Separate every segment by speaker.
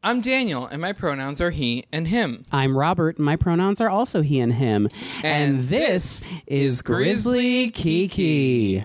Speaker 1: I'm Daniel, and my pronouns are he and him.
Speaker 2: I'm Robert. and My pronouns are also he and him. And,
Speaker 1: And
Speaker 2: this, is Grizzly
Speaker 1: Grizzly
Speaker 2: Kiki.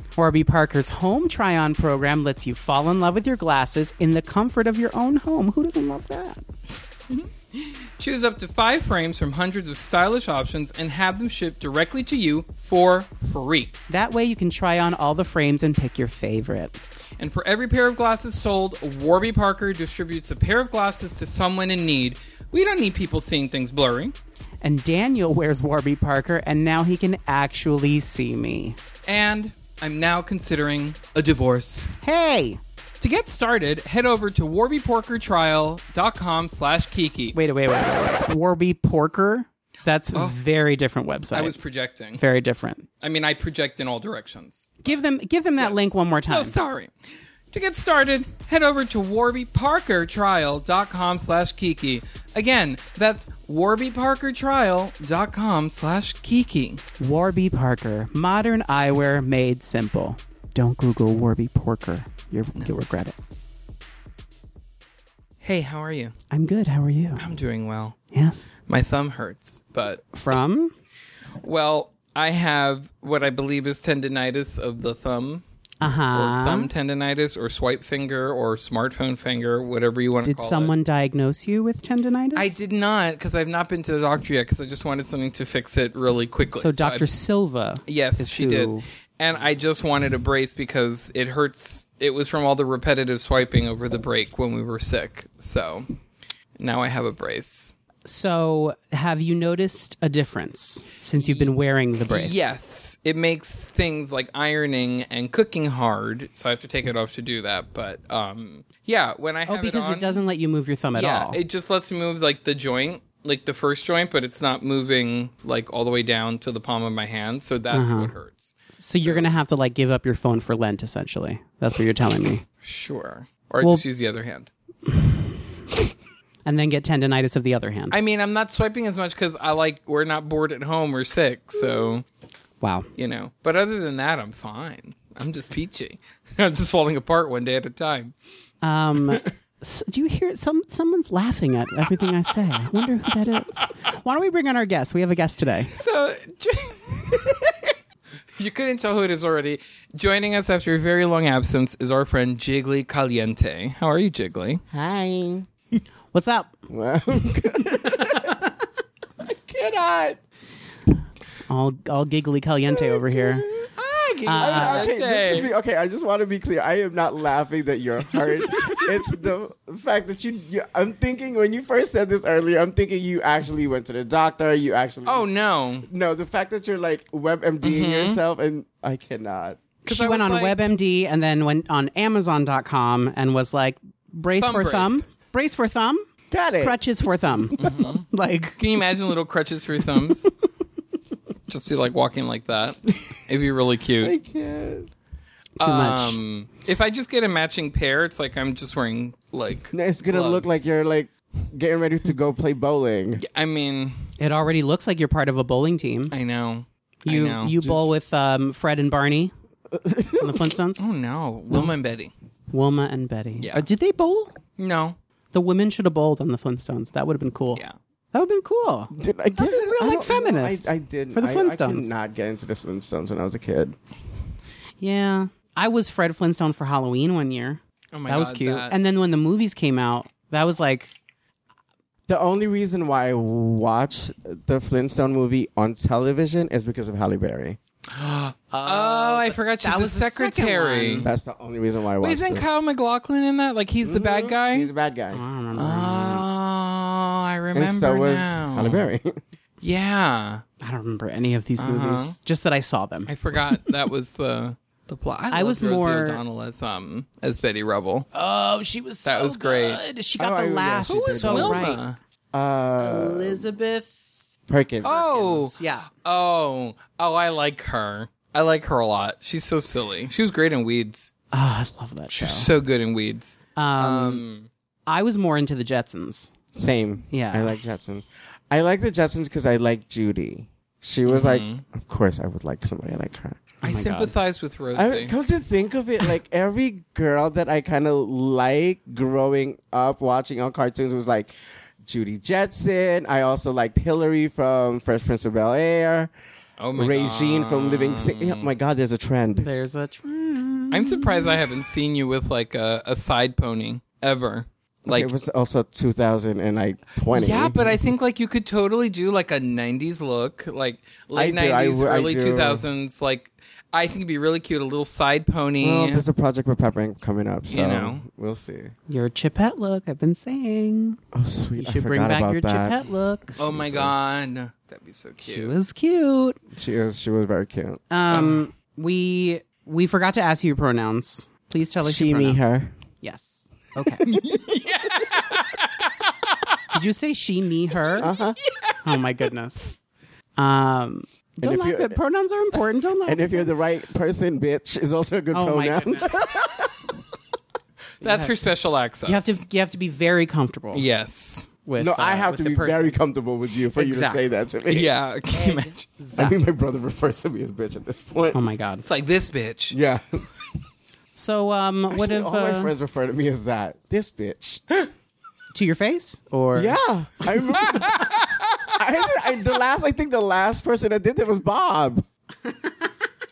Speaker 2: Warby Parker's home try on program lets you fall in love with your glasses in the comfort of your own home. Who doesn't love that?
Speaker 1: Choose up to five frames from hundreds of stylish options and have them shipped directly to you for free.
Speaker 2: That way you can try on all the frames and pick your favorite.
Speaker 1: And for every pair of glasses sold, Warby Parker distributes a pair of glasses to someone in need. We don't need people seeing things blurry.
Speaker 2: And Daniel wears Warby Parker, and now he can actually see me.
Speaker 1: And I'm now considering a divorce.
Speaker 2: Hey!
Speaker 1: To get started, head over to warbyporkertrial.com slash kiki.
Speaker 2: Wait, wait, wait. wait. Warby Porker? That's a very different website.
Speaker 1: Oh. I was projecting.
Speaker 2: very different.
Speaker 1: I mean, I project in all directions.
Speaker 2: Give them give them that link one more
Speaker 1: Oh,
Speaker 2: time.
Speaker 1: sorry. To get started, head over to warbyparkertrial.com slash kiki. Again, that's warbyparkertrial.com slash kiki.
Speaker 2: Warby Parker, modern eyewear made simple. Don't Google Warby Porker. You're, You'll regret it.
Speaker 1: Hey, how are you?
Speaker 2: I'm good. How are you?
Speaker 1: I'm doing well.
Speaker 2: Yes.
Speaker 1: My thumb hurts, but
Speaker 2: From?
Speaker 1: well, I have what I believe is tendinitis of the thumb,
Speaker 2: Uh huh.
Speaker 1: or thumb tendinitis, or swipe finger, or smartphone finger, whatever you want to
Speaker 2: Did
Speaker 1: call it.
Speaker 2: someone diagnose you with tendonitis?
Speaker 1: I did not because I've not been to the doctor yet because I just wanted something to fix it really quickly.
Speaker 2: So
Speaker 1: I-
Speaker 2: Dr. Silva.
Speaker 1: yes,
Speaker 2: is
Speaker 1: she
Speaker 2: who-
Speaker 1: did, and I just wanted a brace because it hurts. It was from all the repetitive swiping over the break when we were sick. So now I have a brace.
Speaker 2: So have you noticed a difference since you've been wearing the brace?
Speaker 1: Yes, it makes things like ironing and cooking hard, so I have to take it off to do that. But um, yeah, when I have
Speaker 2: Oh, because
Speaker 1: it,
Speaker 2: it,
Speaker 1: on,
Speaker 2: doesn't let you move your thumb at
Speaker 1: Yeah,
Speaker 2: all.
Speaker 1: it just lets me move like the joint, like the first joint, but it's not moving like all the way down to the palm of my hand, so that's
Speaker 2: Uh-huh.
Speaker 1: what hurts.
Speaker 2: So you're gonna have to like give up your phone for Lent, essentially. That's what you're telling me.
Speaker 1: Sure, or I just use the other hand.
Speaker 2: And then get tendonitis of the other hand.
Speaker 1: I mean, I'm not swiping as much because I like we're not bored at home, we're sick, so
Speaker 2: wow.
Speaker 1: you know. But other than that, I'm fine. I'm just peachy. I'm just falling apart one day at a time.
Speaker 2: Um, s do you hear some someone's laughing at everything I say? I wonder who that is. Why don't we bring on our guest? We have a guest today.
Speaker 1: So, you couldn't tell who it is already. Joining us after a very long absence is our friend Jiggly Caliente. How are you, Jiggly?
Speaker 2: Hi. What's up?
Speaker 1: Cannot.
Speaker 2: All all giggly caliente over here.
Speaker 3: Uh, I- okay, just to
Speaker 1: Okay.
Speaker 3: be, okay, I just want to be clear. I am not laughing that you're hurt. it's the fact that you, you. I'm thinking when you first said this earlier, I'm thinking you actually went to the doctor. You actually.
Speaker 1: Oh no!
Speaker 3: no, the fact that you're like WebMDing yourself, and I cannot.
Speaker 2: She
Speaker 1: I
Speaker 2: went on
Speaker 1: was like-
Speaker 2: WebMD and then went on Amazon.com and was like, brace
Speaker 1: Thumb
Speaker 2: for
Speaker 1: brace.
Speaker 2: thumb, brace for thumb,
Speaker 3: Got it.
Speaker 2: crutches for thumb. Mm-hmm. like,
Speaker 1: Can you imagine little crutches for your thumbs? just be like walking like that. It'd be really
Speaker 3: I
Speaker 1: cute.
Speaker 3: can't.
Speaker 2: too much.
Speaker 1: Um, if I just get a matching pair, it's like I'm just wearing like.
Speaker 3: No, it's gonna look
Speaker 1: gloves.
Speaker 3: like you're like getting ready to go play bowling.
Speaker 1: I mean,
Speaker 2: It already looks like you're part of a bowling team.
Speaker 1: I know. I
Speaker 2: You
Speaker 1: know.
Speaker 2: you bowl with um, Fred and Barney on the Flintstones.
Speaker 1: Oh no, Wilma and Betty.
Speaker 2: Wilma and Betty.
Speaker 1: Yeah.
Speaker 2: Uh, did they bowl?
Speaker 1: No.
Speaker 2: The women should have bowled on the Flintstones. That would have been cool.
Speaker 1: Yeah.
Speaker 2: That would have been cool.
Speaker 3: Did I get
Speaker 2: real,
Speaker 3: it? I
Speaker 2: like,
Speaker 3: don't know.
Speaker 2: feminist
Speaker 3: I, I didn't.
Speaker 2: for the
Speaker 3: I- I,
Speaker 2: Flintstones.
Speaker 3: did not get into the Flintstones when I was a kid.
Speaker 2: Yeah. I was Fred Flintstone for Halloween one year.
Speaker 1: Oh my
Speaker 2: that
Speaker 1: god.
Speaker 2: was cute.
Speaker 1: that-
Speaker 2: And then when the movies came out, that was like
Speaker 3: The only reason why I watched the Flintstone movie on television is because of Halle Berry.
Speaker 1: Oh, I forgot she's
Speaker 4: that
Speaker 1: the
Speaker 4: was the second
Speaker 1: secretary.
Speaker 2: Mm-hmm.
Speaker 4: one.
Speaker 3: That's the only reason why I
Speaker 1: Wait,
Speaker 3: watched
Speaker 1: isn't
Speaker 3: it.
Speaker 1: Kyle McLaughlin in that? Like he's the bad guy.
Speaker 3: Mm-hmm. He's a bad guy.
Speaker 2: I don't remember.
Speaker 1: oh, I remember
Speaker 3: and so was
Speaker 1: now.
Speaker 3: Halle Berry.
Speaker 1: Yeah,
Speaker 2: I don't remember any of these
Speaker 1: Uh-huh.
Speaker 2: movies. Just that I saw them.
Speaker 1: I forgot that was the the plot. I,
Speaker 2: I
Speaker 1: loved
Speaker 2: was
Speaker 1: Rosie
Speaker 2: more-
Speaker 1: O'Donnell as um as Betty Rubble.
Speaker 2: Oh, she was
Speaker 1: That
Speaker 2: so
Speaker 1: was great.
Speaker 2: good. She
Speaker 3: Oh,
Speaker 2: got
Speaker 3: I-
Speaker 2: the
Speaker 3: yeah,
Speaker 2: laugh
Speaker 3: she did.
Speaker 2: so
Speaker 1: Wilma.
Speaker 2: right.
Speaker 3: Uh,
Speaker 4: Elizabeth.
Speaker 3: Perkins.
Speaker 1: Oh,
Speaker 2: Yeah.
Speaker 1: oh, oh! I like her. I like her a lot. She's so silly. She was great in Weeds.
Speaker 2: Oh, I love that show.
Speaker 1: So good in Weeds.
Speaker 3: Oh
Speaker 2: Um,
Speaker 1: Um,
Speaker 2: I was more into the Jetsons.
Speaker 3: Same.
Speaker 2: Yeah.
Speaker 3: I like Jetsons. I like the Jetsons because I like Judy. She was like,
Speaker 2: Mm-hmm.
Speaker 3: of course I would like somebody like her.
Speaker 1: I sympathize with
Speaker 3: I
Speaker 1: Rosie.
Speaker 3: come to think of it, like every girl that I kind of like growing up watching on cartoons was like Judy Jetson. I also liked Hillary from Fresh Prince of Bel Air.
Speaker 1: oh my
Speaker 3: Regine
Speaker 1: God.
Speaker 3: from Living Sing. Oh my God, there's a trend.
Speaker 2: There's a trend.
Speaker 1: I'm surprised I haven't seen you with like a, a side pony ever. Like
Speaker 3: it was also 2000 and like 20.
Speaker 1: Yeah, but I think like you could totally do like a '90s look, like late
Speaker 3: do, I
Speaker 1: '90s,
Speaker 3: w- I
Speaker 1: early
Speaker 3: do.
Speaker 1: 2000s. Like I think it'd be really cute, a little side pony.
Speaker 3: Well, Oh, there's a project with Pepper coming up, so
Speaker 1: know.
Speaker 3: we'll see.
Speaker 2: Your Chipette look, I've been saying.
Speaker 3: Oh, sweet.
Speaker 2: You
Speaker 3: I
Speaker 2: should
Speaker 3: forgot
Speaker 2: bring back
Speaker 3: about
Speaker 2: your
Speaker 3: that.
Speaker 2: Chipette look.
Speaker 1: oh my god, that'd be so
Speaker 2: She
Speaker 1: cute.
Speaker 2: was cute.
Speaker 3: She is. She was very cute.
Speaker 2: Um, we we forgot to ask you your pronouns. Please tell us
Speaker 3: she,
Speaker 2: your
Speaker 3: me,
Speaker 2: pronouns.
Speaker 3: her.
Speaker 2: Yes. Okay. Did you say she, me, her?
Speaker 3: Uh-huh.
Speaker 2: Oh my goodness. Um, don't
Speaker 3: if
Speaker 2: laugh
Speaker 3: you-
Speaker 2: at pronouns are important. Don't laugh.
Speaker 3: And if you're the right person, bitch, is also a good
Speaker 2: oh my
Speaker 3: pronoun.
Speaker 2: goodness.
Speaker 1: That's for special access.
Speaker 2: You have to you have to be very comfortable.
Speaker 1: Yes.
Speaker 2: With
Speaker 3: no,
Speaker 2: uh,
Speaker 3: I have
Speaker 2: with
Speaker 3: to
Speaker 2: the
Speaker 3: be
Speaker 2: person.
Speaker 3: very comfortable with you for
Speaker 2: Exactly.
Speaker 3: you to say that to me.
Speaker 1: Yeah. Can you imagine?
Speaker 3: I mean, my brother refers to me as bitch at this point.
Speaker 2: Oh my god.
Speaker 1: It's like this bitch.
Speaker 3: yeah.
Speaker 2: So um, what
Speaker 3: Actually,
Speaker 2: if
Speaker 3: all
Speaker 2: uh,
Speaker 3: my friends refer to me as that? This bitch.
Speaker 2: to your face or
Speaker 3: Yeah, I remember. I, I- the last, I think, the last person that did that was Bob.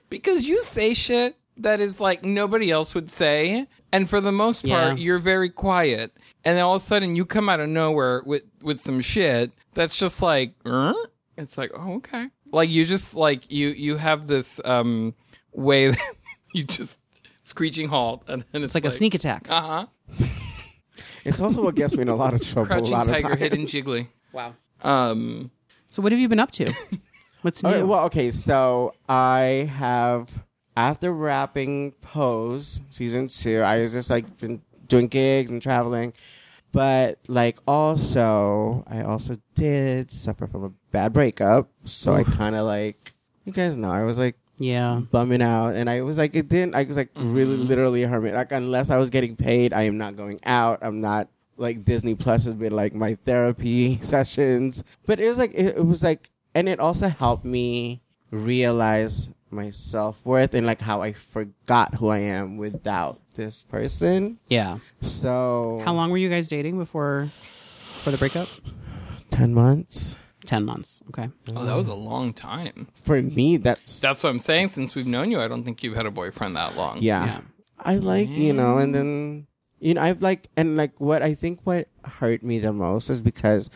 Speaker 1: Because you say shit that is like nobody else would say, and for the most part,
Speaker 2: Yeah.
Speaker 1: you're very quiet. And then all of a sudden, you come out of nowhere with with some shit that's just like, "Huh?" it's like, oh okay, like you just like you you have this um way that you just screeching halt, and then it's,
Speaker 2: It's like a sneak attack.
Speaker 1: Uh huh.
Speaker 3: It's also what gets me in a lot of trouble. a
Speaker 1: Crouching
Speaker 3: lot
Speaker 1: tiger,
Speaker 3: of times.
Speaker 1: hidden jiggly.
Speaker 2: Wow.
Speaker 1: Um,
Speaker 2: So what have you been up to? What's new?
Speaker 3: Okay, Oh, well, okay, so I have after wrapping Pose season two, I was just like been doing gigs and traveling, but like also I also did suffer from a bad breakup, so I kind of like you guys know I was like
Speaker 2: yeah.
Speaker 3: bumming out, and I was like it didn't I was like really
Speaker 2: Mm-hmm.
Speaker 3: literally a hermit like unless I was getting paid, I am not going out, I'm not. Like Disney Plus has been like my therapy sessions, but it was like it, it was like and it also helped me realize my self worth and like how I forgot who I am without this person.
Speaker 2: Yeah.
Speaker 3: So
Speaker 2: How long were you guys dating before for the breakup?
Speaker 3: Ten months
Speaker 2: Ten months. Okay.
Speaker 1: oh, that was a long time.
Speaker 3: for me. That's
Speaker 1: That's what I'm saying. Since we've known you, I don't think you've had a boyfriend that long.
Speaker 3: yeah.
Speaker 2: Yeah.
Speaker 3: I like you know, and then you know I've like and like what I think what hurt me the most is because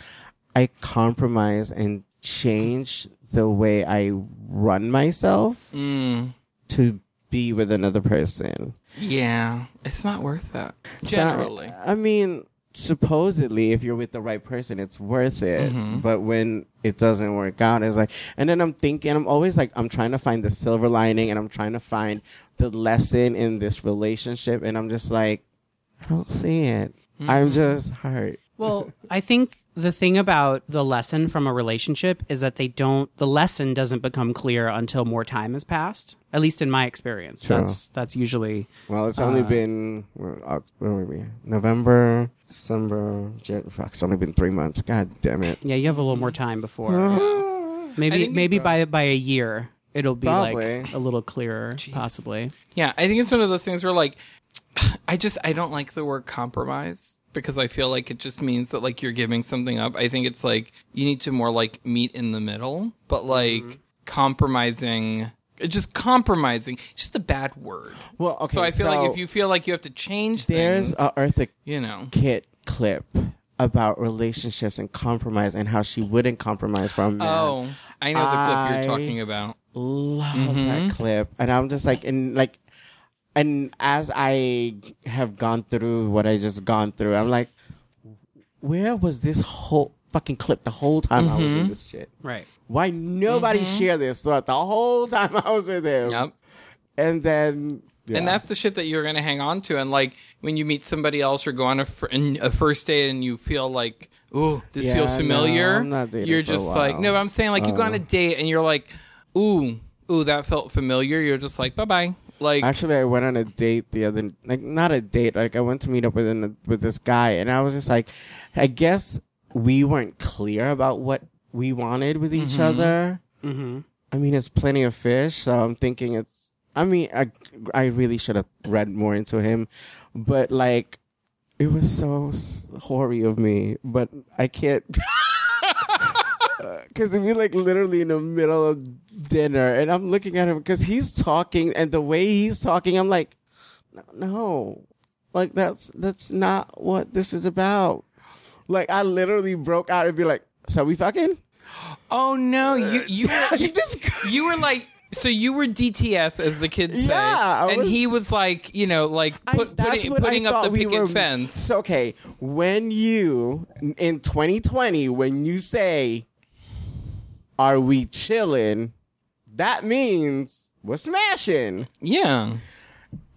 Speaker 3: I compromise and change the way I run myself
Speaker 1: Mm,
Speaker 3: to be with another person.
Speaker 1: yeah. It's not worth that.
Speaker 3: So,
Speaker 1: Generally.
Speaker 3: I mean, supposedly, if you're with the right person, it's worth it.
Speaker 1: Mm-hmm.
Speaker 3: But when it doesn't work out, it's like, and then I'm thinking, I'm always like, I'm trying to find the silver lining and I'm trying to find the lesson in this relationship. And I'm just like, I don't see it. I'm
Speaker 1: Mm-hmm.
Speaker 3: just hurt.
Speaker 2: Well, I think the thing about the lesson from a relationship is that they don't the lesson doesn't become clear until more time has passed. At least in my experience.
Speaker 3: Sure.
Speaker 2: That's that's usually
Speaker 3: Well, it's
Speaker 1: Uh.
Speaker 3: only been where, Oc- where were we? November, December. Jan- fuck, it's only been three months. God damn it.
Speaker 2: yeah, you have a little more time before. maybe
Speaker 1: think
Speaker 2: maybe by by a year it'll be like
Speaker 3: Probably.
Speaker 2: a little clearer possibly.
Speaker 1: Yeah, I think it's one of those things where like I just I don't like the word compromise because I feel like it just means that like you're giving something up. I think it's like you need to more like meet in the middle, but
Speaker 3: Mm-hmm.
Speaker 1: like compromising just compromising it's just a bad word.
Speaker 3: Well, okay.
Speaker 1: so I feel like if you feel like you have to change
Speaker 3: there's
Speaker 1: things,
Speaker 3: a Eartha
Speaker 1: you know.
Speaker 3: Kit clip about relationships and compromise and how she wouldn't compromise for a man.
Speaker 1: Oh, I know the clip
Speaker 3: I-
Speaker 1: you're talking about.
Speaker 3: love
Speaker 1: Mm-hmm.
Speaker 3: that clip. And I'm just like, and like, and as I have gone through what I just gone through, I'm like, where was this whole fucking clip the whole time I
Speaker 1: Mm-hmm.
Speaker 3: was in this shit?
Speaker 2: Right.
Speaker 3: Why nobody shared this throughout the whole time I was in there?
Speaker 1: Yep.
Speaker 3: And then, yeah.
Speaker 1: And that's the shit that you're going to hang on to. And like when you meet somebody else or go on a, fir- an- a first date and you feel like, ooh, this
Speaker 3: Yeah,
Speaker 1: feels
Speaker 3: no,
Speaker 1: familiar.
Speaker 3: I'm not dating
Speaker 1: you're
Speaker 3: for a
Speaker 1: just like,
Speaker 3: while.
Speaker 1: no, but I'm saying like you go on a date and you're like, ooh, ooh, that felt familiar. You're just like, bye bye. Like,
Speaker 3: Actually, I went on a date the other, like not a date, like I went to meet up with an, with this guy, and I was just like, I guess we weren't clear about what we wanted with each other.
Speaker 2: Mm-hmm.
Speaker 3: I mean, it's plenty of fish, so I'm thinking it's. I mean, I I really should have read more into him, but like, it was so s- hoary of me, but I can't. Because we like literally in the middle of dinner, and I'm looking at him because he's talking, and the way he's talking, I'm like, "No, no, like that's that's not what this is about. Like I literally broke out and be like, "So we fucking?"
Speaker 1: oh no, you you were,
Speaker 3: You
Speaker 1: you,
Speaker 3: just
Speaker 1: you were like. So you were DTF, as the kids say,
Speaker 3: Yeah, I
Speaker 1: and
Speaker 3: was-
Speaker 1: he was like, you know, like
Speaker 3: I-
Speaker 1: put,
Speaker 3: that's
Speaker 1: putting,
Speaker 3: what I
Speaker 1: putting up the
Speaker 3: thought we
Speaker 1: picket
Speaker 3: were-
Speaker 1: fence.
Speaker 3: So, okay, when you in 2020, when you say, "Are we chilling?" that means we're smashing.
Speaker 1: Yeah,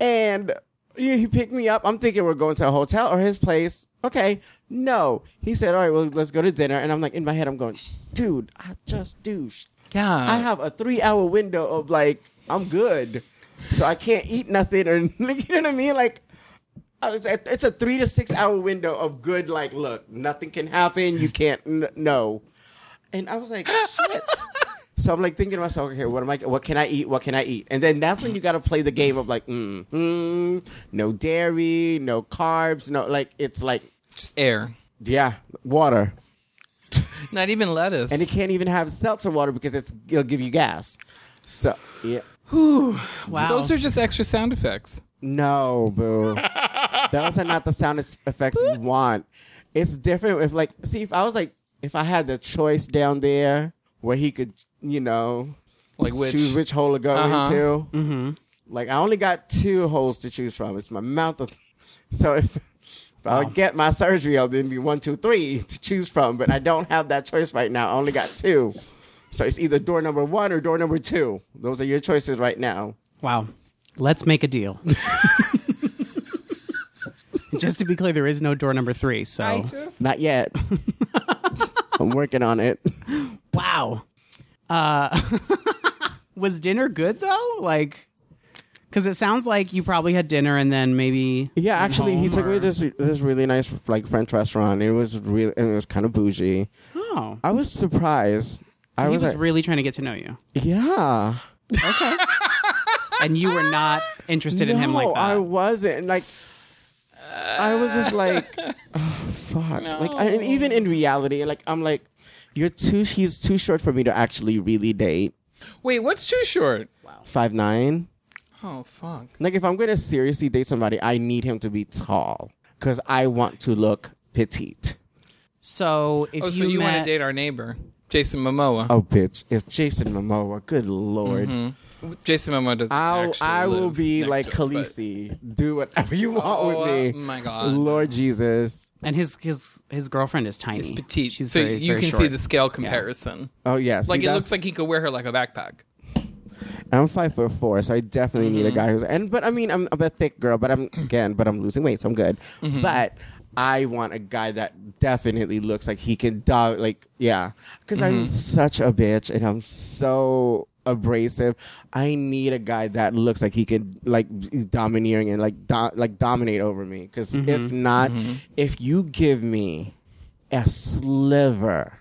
Speaker 3: And yeah, he picked me up. I'm thinking we're going to a hotel or his place. Okay, no. He said, "All right, well, let's go to dinner." And I'm like, in my head, I'm going, "Dude, I just douched.
Speaker 1: yeah.
Speaker 3: I have a three hour window of like I'm good, so I can't eat nothing or like, you know what I mean. Like uh, it's a, it's a three to six hour window of good. Like look, nothing can happen. You can't n- no. And I was like, shit. so I'm like thinking to myself, okay, what am I? What can I eat? What can I eat? And then that's when you got to play the game of like, mm, mm, no dairy, no carbs, no like it's like
Speaker 1: Just air,
Speaker 3: yeah, water.
Speaker 1: not even lettuce.
Speaker 3: And it can't even have seltzer water because it's it'll give you gas. So yeah.
Speaker 2: Wow.
Speaker 1: Those are just extra sound effects.
Speaker 3: No, boo. Those are not the sound es- effects you want. It's different if like see if I was like if I had the choice down there where he could, you know,
Speaker 1: Like which?
Speaker 3: choose which hole to go
Speaker 1: Uh-huh.
Speaker 3: into. Mm-hmm. Like I only got two holes to choose from. It's my mouth. Of, so if, if I would get my surgery, I'll then be one, two, three to choose from. But I don't have that choice right now. I only got two. So it's either door number one or door number two. Those are your choices right now.
Speaker 2: Wow. Let's make a deal. Just to be clear, there is no door number three. So
Speaker 3: Not yet. I'm working on it.
Speaker 2: wow. Uh, was dinner good though? Like, because it sounds like you probably had dinner and then maybe
Speaker 3: Yeah, actually, he
Speaker 2: home
Speaker 3: took me
Speaker 2: or-
Speaker 3: to this this really nice like French restaurant. It was real. It was kind of bougie.
Speaker 2: oh,
Speaker 3: I was surprised. I
Speaker 2: he
Speaker 3: was,
Speaker 2: was
Speaker 3: like,
Speaker 2: really trying to get to know you,
Speaker 3: yeah.
Speaker 2: and you were not interested in him like
Speaker 3: No,
Speaker 2: that.
Speaker 3: I wasn't like. I was just like, oh, fuck. Like, I, and even in reality, like I'm like, you're too. He's too short for me to actually really date.
Speaker 1: Wait, what's too short?
Speaker 3: Five nine.
Speaker 1: Oh fuck.
Speaker 3: Like if I'm gonna seriously date somebody, I need him to be tall because I want to look petite.
Speaker 2: so if
Speaker 1: Oh,
Speaker 2: you,
Speaker 1: so you
Speaker 2: met,
Speaker 1: want to date our neighbor, Jason Momoa?
Speaker 3: Oh, bitch! It's Jason Momoa. Good lord.
Speaker 2: Mm-hmm.
Speaker 1: Jason Momoa doesn't.
Speaker 3: Oh. I'll
Speaker 1: actually
Speaker 3: I will
Speaker 1: live
Speaker 3: be
Speaker 1: next
Speaker 3: like
Speaker 1: to us, but-
Speaker 3: Khaleesi. Do whatever you want
Speaker 1: Oh,
Speaker 3: with me.
Speaker 1: uh, my God.
Speaker 3: Lord Jesus.
Speaker 2: and his his his girlfriend is tiny,
Speaker 1: It's petite.
Speaker 2: She's
Speaker 1: so
Speaker 2: very
Speaker 1: you
Speaker 2: very
Speaker 1: can
Speaker 2: short.
Speaker 1: see the scale comparison.
Speaker 3: Oh yes.
Speaker 1: Like it looks like he could wear her like a backpack.
Speaker 3: I'm five foot four, so I definitely need a guy who's and but I mean I'm, I'm a thick girl, but I'm again, but I'm losing weight, so I'm good. But I want a guy that definitely looks like he can dog like yeah, because I'm such a bitch and I'm so abrasive. I need a guy that looks like he can like be domineering and like do, like dominate over me. Because if not, if you give me a sliver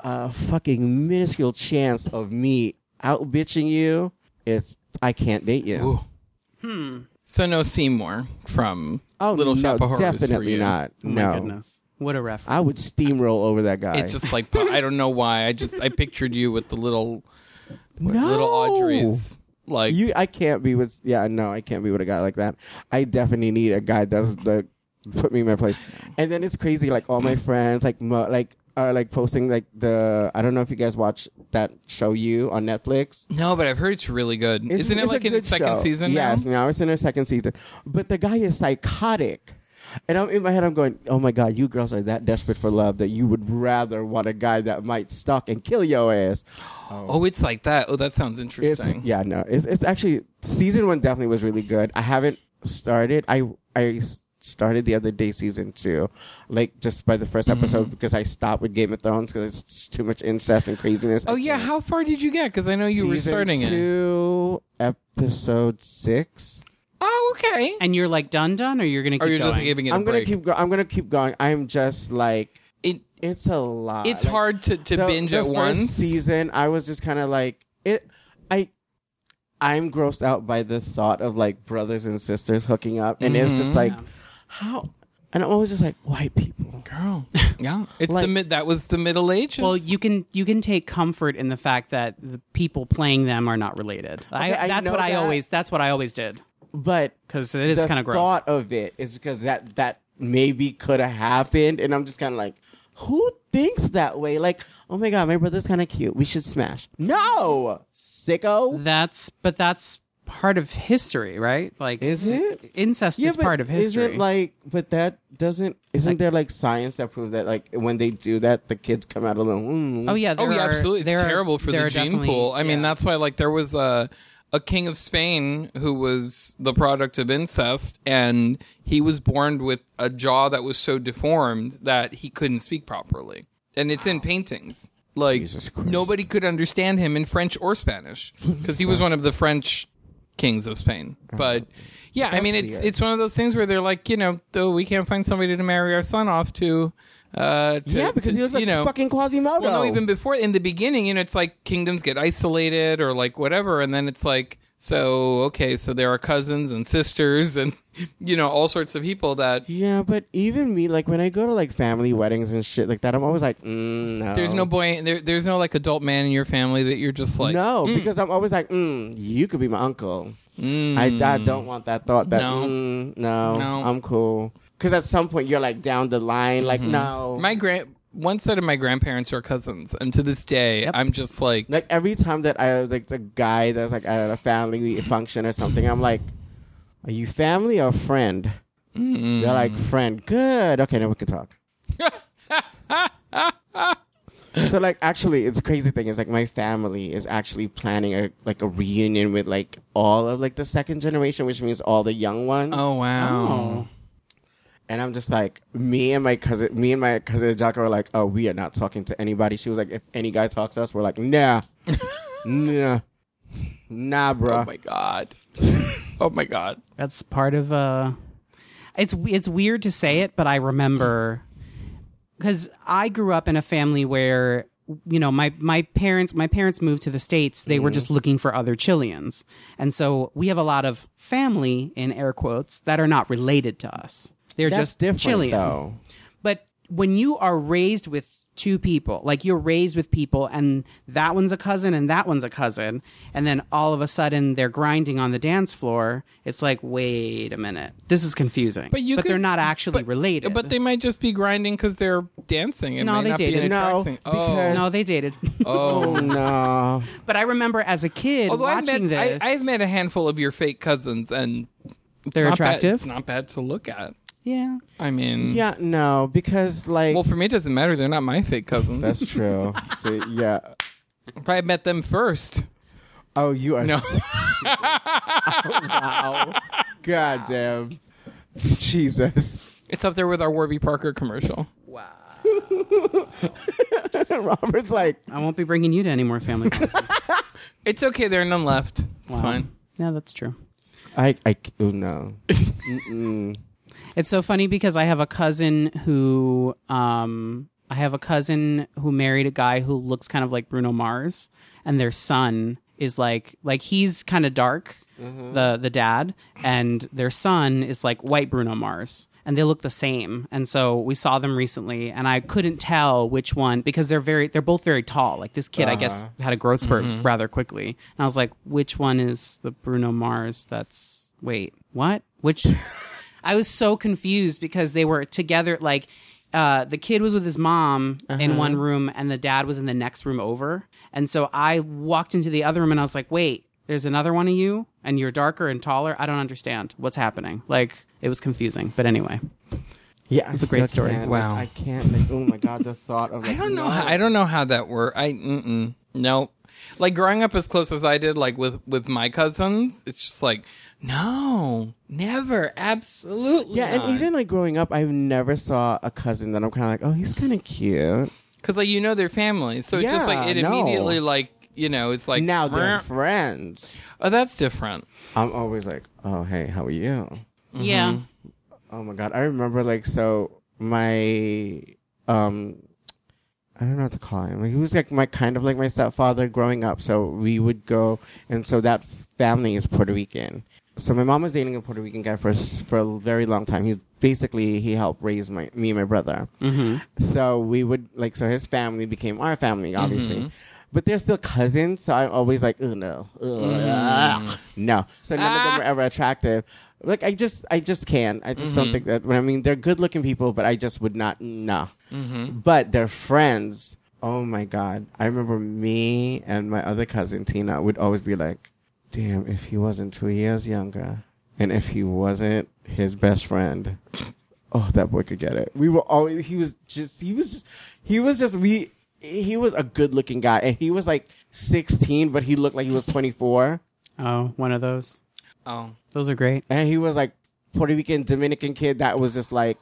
Speaker 3: a fucking minuscule chance of me out bitching you, it's I can't date you.
Speaker 2: Hmm.
Speaker 1: So no Seymour from
Speaker 3: Oh
Speaker 1: Little
Speaker 3: no,
Speaker 1: Shop of Horrors for
Speaker 3: definitely
Speaker 1: you.
Speaker 3: not.
Speaker 2: Oh
Speaker 3: no,
Speaker 2: my goodness, what a reference!
Speaker 3: I would steamroll over that guy.
Speaker 1: It just like po- I don't know why. I just I pictured you with the little what,
Speaker 3: no,
Speaker 1: little Audrey's like
Speaker 3: You, I can't be with. Yeah, no, I can't be with a guy like that. I definitely need a guy that's that put me in my place. And then it's crazy. Like all my friends, like mo, like. are like posting like the I don't know if you guys watch that show you on Netflix.
Speaker 1: No, but I've heard it's really good.
Speaker 3: It's-
Speaker 1: Isn't it
Speaker 3: it's a
Speaker 1: like in
Speaker 3: good
Speaker 1: its second
Speaker 3: show.
Speaker 1: season
Speaker 3: Yes,
Speaker 1: now?
Speaker 3: now it's in its second season. But the guy is psychotic. And I'm in my head I'm going, Oh my god, you girls are that desperate for love that you would rather want a guy that might stalk and kill your ass.
Speaker 1: Oh, it's like that. Oh, that sounds
Speaker 3: It's
Speaker 1: interesting.
Speaker 3: yeah, no. It's it's actually season one definitely was really good. I haven't started. I I s- started the other day season two, like just by the 1st
Speaker 1: Mm-hmm.
Speaker 3: episode because I stopped with Game of Thrones because it's just too much incest and craziness.
Speaker 1: Oh
Speaker 3: I
Speaker 1: yeah,
Speaker 3: can't.
Speaker 1: how far did you get? Because I know you were
Speaker 3: Season
Speaker 1: starting it.
Speaker 3: two, episode six.
Speaker 1: Oh, okay.
Speaker 2: And you're like done, done, or you're gonna keep
Speaker 1: Or you're
Speaker 2: going.
Speaker 1: just giving it a
Speaker 3: I'm gonna
Speaker 1: break.
Speaker 3: keep. Go- I'm gonna keep going. I'm just like
Speaker 1: it,
Speaker 3: it's a lot.
Speaker 1: it's
Speaker 3: Like,
Speaker 1: hard to, to
Speaker 3: the-
Speaker 1: binge
Speaker 3: Uh, the
Speaker 1: at
Speaker 3: first
Speaker 1: once.
Speaker 3: Season, I was just kind of like it. I, I'm grossed out by the thought of like brothers and sisters hooking up, and it's
Speaker 1: Mm-hmm.
Speaker 3: just like how. And I'm always just like white people.
Speaker 1: Girl, yeah, it's
Speaker 3: Like-
Speaker 1: the mid. That was the Middle Ages.
Speaker 2: Well, you can you can take comfort in the fact that the people playing them are not related. I,
Speaker 3: Okay, I
Speaker 2: that's
Speaker 3: know
Speaker 2: what I
Speaker 3: that.
Speaker 2: always that's what I always did
Speaker 3: But
Speaker 2: because it is
Speaker 3: the
Speaker 2: kind of gross.
Speaker 3: thought of it is because that that maybe could have happened, and I'm just kind of like, who thinks that way? Like, oh my god, my brother's kind of cute. We should smash. No, sicko.
Speaker 2: That's but that's part of history, right? Like
Speaker 3: Is it?
Speaker 2: incest is
Speaker 3: but
Speaker 2: part of history.
Speaker 3: Isn't like, but that doesn't. Isn't there like science that proves that like when they do that, the kids come out "Hmm, alone?
Speaker 2: oh yeah,
Speaker 1: oh
Speaker 2: there
Speaker 1: yeah,
Speaker 2: are-
Speaker 1: absolutely. It's
Speaker 2: there are-
Speaker 1: terrible for
Speaker 2: there
Speaker 1: the
Speaker 2: are
Speaker 1: gene
Speaker 2: definitely-
Speaker 1: pool. I mean,
Speaker 2: yeah.
Speaker 1: that's why like there was a a king of Spain who was the product of incest, and he was born with a jaw that was so deformed that he couldn't speak properly, and it's in paintings. Like
Speaker 3: Jesus Christ.
Speaker 1: nobody could understand him in French or Spanish because he was one of the French kings of Spain. But yeah, I mean, it's
Speaker 3: weird.
Speaker 1: it's one of those things where they're like, you know, oh, we can't find somebody to marry our son off to. Uh, to-
Speaker 3: yeah, because
Speaker 1: to-
Speaker 3: he looks like
Speaker 1: you know,
Speaker 3: fucking Quasimodo.
Speaker 1: well, no, even before in the beginning, you know, it's like kingdoms get isolated or like whatever, and then it's like so okay, so there are cousins and sisters and you know all sorts of people that
Speaker 3: yeah, but even me, like when I go to like family weddings and shit like that, I'm always like, mm, no.
Speaker 1: there's no boy, there, there's no like adult man in your family that you're just like
Speaker 3: no, because I'm always like, mm, you could be my uncle. I, I don't want that thought that
Speaker 1: Mm. No.
Speaker 3: mm, no,
Speaker 1: No.
Speaker 3: I'm cool. Because at some point you're like down the line, like
Speaker 1: Mm-hmm.
Speaker 3: no,
Speaker 1: My grand one set of my grandparents are cousins, and to this day, I'm just like
Speaker 3: Like every time that I was like a guy that's like at a family function or something, I'm like, "Are you family or friend?" They're like, "Friend." Good. Okay, now we can talk. so like, actually, it's crazy thing is like my family is actually planning a like a reunion with like all of like the second generation, which means all the young ones.
Speaker 1: oh wow,
Speaker 3: And I'm just like, me and my cousin, me and my cousin Jaka were like, oh, we are not talking to anybody. She was like, if any guy talks to us, we're like, nah, nah, nah,
Speaker 1: oh,
Speaker 3: bruh.
Speaker 1: my god, oh my god.
Speaker 2: That's part of uh It's it's weird to say it, but I remember cuz I grew up in a family where you know, my my parents my parents moved to the states. They
Speaker 3: Mm.
Speaker 2: were just looking for other Chileans. And so we have a lot of family in air quotes that are not related to us. They're
Speaker 3: That's
Speaker 2: just
Speaker 3: different
Speaker 2: Chilean.
Speaker 3: though.
Speaker 2: But when you are raised with two people, like you're raised with people, and that one's a cousin and that one's a cousin, and then all of a sudden they're grinding on the dance floor, it's like, wait a minute, this is confusing. But
Speaker 1: you could-
Speaker 2: they're not actually related.
Speaker 1: But they might just be grinding because they're dancing. It
Speaker 2: No,
Speaker 1: might
Speaker 2: they
Speaker 1: not Be an
Speaker 2: didn't.
Speaker 3: No,
Speaker 1: attraction.
Speaker 3: because-
Speaker 1: oh,
Speaker 2: no, they dated.
Speaker 3: Oh no,
Speaker 2: but I remember as a kid
Speaker 1: Although I've
Speaker 2: watching
Speaker 1: met,
Speaker 2: this.
Speaker 1: I, I've met a handful of your fake cousins, and it's
Speaker 2: They're
Speaker 1: not Bad,
Speaker 2: attractive?
Speaker 1: it's not bad to look at.
Speaker 2: yeah,
Speaker 1: I mean,
Speaker 3: yeah, no, because like
Speaker 1: Well, for me, it doesn't matter. They're not my fake cousins.
Speaker 3: that's true. See, yeah.
Speaker 1: I probably met them first.
Speaker 3: Oh, you are.
Speaker 1: No.
Speaker 3: so stupid. oh, wow. God damn. Jesus.
Speaker 1: It's up there with our Warby Parker commercial.
Speaker 3: Robert's like,
Speaker 2: I won't be bringing you to any more family. functions.
Speaker 1: It's okay. There are none left. It's fine.
Speaker 2: yeah, that's true.
Speaker 3: I, I, oh no. Mm-mm.
Speaker 2: It's so funny because I have a cousin who um I have a cousin who married a guy who looks kind of like Bruno Mars and their son is like like he's kind of dark the the dad and their son is like white Bruno Mars and they look the same and so we saw them recently and I couldn't tell which one because they're very they're both very tall like this kid I guess had a growth spurt rather quickly and I was like which one is the Bruno Mars that's wait what which I was so confused because they were together. Like uh, the kid was with his mom in one
Speaker 3: Uh-huh.
Speaker 2: room and the dad was in the next room over. And so I walked into the other room and I was like, wait, there's another one of you and you're darker and taller. I don't understand what's happening. Like, it was confusing. But anyway,
Speaker 3: Yeah,
Speaker 2: It's a great story.
Speaker 1: Wow.
Speaker 3: I can't. Like, oh my god, the thought of like,
Speaker 1: I don't know.
Speaker 3: no.
Speaker 1: How, I don't know how that worked. I mm-mm, no. Like growing up as close as I did, like with with my cousins, it's just like no, never, absolutely.
Speaker 3: yeah, and even like growing up, I've never saw a cousin that I'm kind of like, oh, he's kind of cute.
Speaker 1: because like you know their family, so it's just like
Speaker 3: Yeah,
Speaker 1: it
Speaker 3: no.
Speaker 1: immediately like you know it's like
Speaker 3: now they're
Speaker 1: "Meow."
Speaker 3: friends.
Speaker 1: oh that's different.
Speaker 3: I'm always like, oh hey, how are you?
Speaker 2: yeah.
Speaker 3: Oh my god, I remember like so my um I don't know what to call him. He was like my kind of like my stepfather growing up. So we would go and so that family is Puerto Rican. So my mom was dating a Puerto Rican guy for s- for a very long time. He's basically he helped raise my me and my brother. So we would like so his family became our family, obviously. But they're still cousins, so I'm always like, oh no, Ugh, ah, no. So none of them were ever attractive. Like I just, I just can't. I just don't think that. I mean, they're good-looking people, but I just would not. Nah. But they're friends. Oh my god! I remember me and my other cousin Tina would always be like, "Damn, if he wasn't two years younger, and if he wasn't his best friend." Oh, that boy could get it. We were always. He was just. He was. He was just. We. He was a good-looking guy, and he was like 16, but he looked like he was 24,
Speaker 2: Oh, one of those.
Speaker 1: Oh,
Speaker 2: Those are great.
Speaker 3: and he was like Puerto Rican Dominican kid that was just like,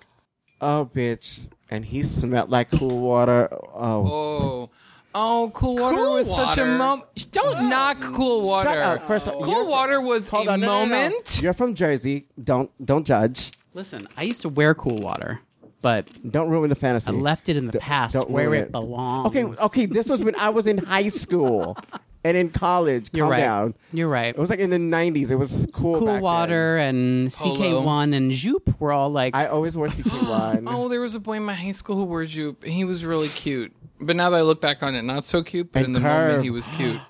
Speaker 3: oh, bitch, and he smelled like cool water. Oh,
Speaker 1: oh, oh, cool water
Speaker 3: Cool
Speaker 1: was such a
Speaker 3: Water?
Speaker 1: moment. Don't knock cool water.
Speaker 3: up. First-
Speaker 1: cool
Speaker 3: you're-
Speaker 1: water was a
Speaker 3: no, no, no, no.
Speaker 1: moment.
Speaker 3: You're from Jersey. Don't don't judge.
Speaker 2: Listen, I used to wear cool water, but
Speaker 3: Don't ruin the fantasy.
Speaker 2: I left it in the past
Speaker 3: don't
Speaker 2: where
Speaker 3: ruin
Speaker 2: it,
Speaker 3: it.
Speaker 2: belongs.
Speaker 3: Okay, okay. This was when I was in high school and in college.
Speaker 2: You're
Speaker 3: Calm
Speaker 2: right.
Speaker 3: down.
Speaker 2: You're right.
Speaker 3: It was like in the 90s. It was cool. back
Speaker 2: Cool
Speaker 3: then.
Speaker 2: Water and
Speaker 1: Polo.
Speaker 2: CK1 and Jupe were all like,
Speaker 3: I always wore CK1.
Speaker 1: Oh, there was a boy in my high school who wore jupe. He was really cute. But now that I look back on it, not so cute. But
Speaker 3: And
Speaker 1: in the
Speaker 3: Curve. Uh.
Speaker 1: moment, he was cute.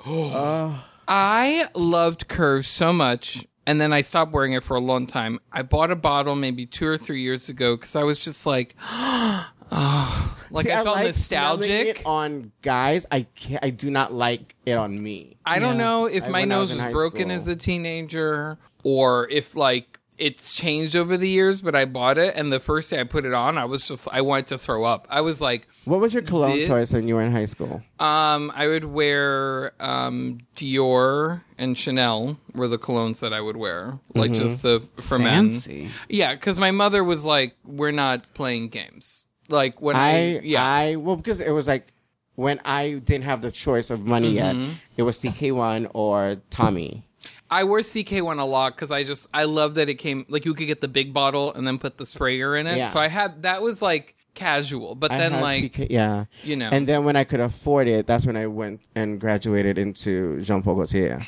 Speaker 1: I loved Curve so much. And then I stopped wearing it for a long time. I bought a bottle maybe two or three years ago because I was just like, oh. like
Speaker 3: See,
Speaker 1: I felt
Speaker 3: like smelling
Speaker 1: nostalgic.
Speaker 3: it on guys. I can't, I do not like it on me.
Speaker 1: I don't know if
Speaker 3: I-
Speaker 1: my
Speaker 3: when I was
Speaker 1: nose was
Speaker 3: in high
Speaker 1: broken
Speaker 3: school.
Speaker 1: as a teenager or if like it's changed over the years, but I bought it and the first day I put it on, I was just I wanted to throw up. I was like,
Speaker 3: What was your cologne
Speaker 1: This-
Speaker 3: choice when you were in high school?
Speaker 1: um, I would wear um Dior and Chanel were the colognes that I would wear. Like just the for men.
Speaker 2: fancy.
Speaker 1: Yeah, because my mother was like, We're not playing games. Like when I,
Speaker 3: I
Speaker 1: yeah.
Speaker 3: I well because it was like when I didn't have the choice of money
Speaker 1: Mm-hmm.
Speaker 3: yet. It was CK1 or Tommy.
Speaker 1: I wore CK1 a lot because I just I love that it came like you could get the big bottle and then put the sprayer in it.
Speaker 3: Yeah.
Speaker 1: So I had that was like casual, but
Speaker 3: I
Speaker 1: then
Speaker 3: had
Speaker 1: like
Speaker 3: CK, yeah,
Speaker 1: you know.
Speaker 3: And then when I could afford it, that's when I went and graduated into Jean Paul Gaultier.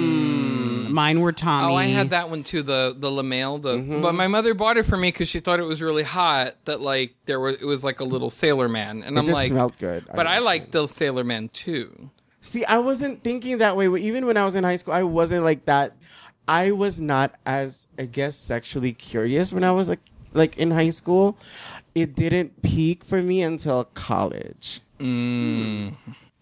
Speaker 2: mine were Tommy.
Speaker 1: oh, I had that one too the the lamel the
Speaker 3: Mm-hmm.
Speaker 1: but my mother bought it for me because she thought it was really hot that like there was it was like a little sailor man and
Speaker 3: It
Speaker 1: I'm
Speaker 3: just
Speaker 1: like
Speaker 3: smelled good.
Speaker 1: but I
Speaker 3: don't-
Speaker 1: like the sailor man too.
Speaker 3: See, I wasn't thinking that way. Even when I was in high school, I wasn't like that. I was not as, I guess, sexually curious when I was like, like in high school. It didn't peak for me until college.
Speaker 1: Mm.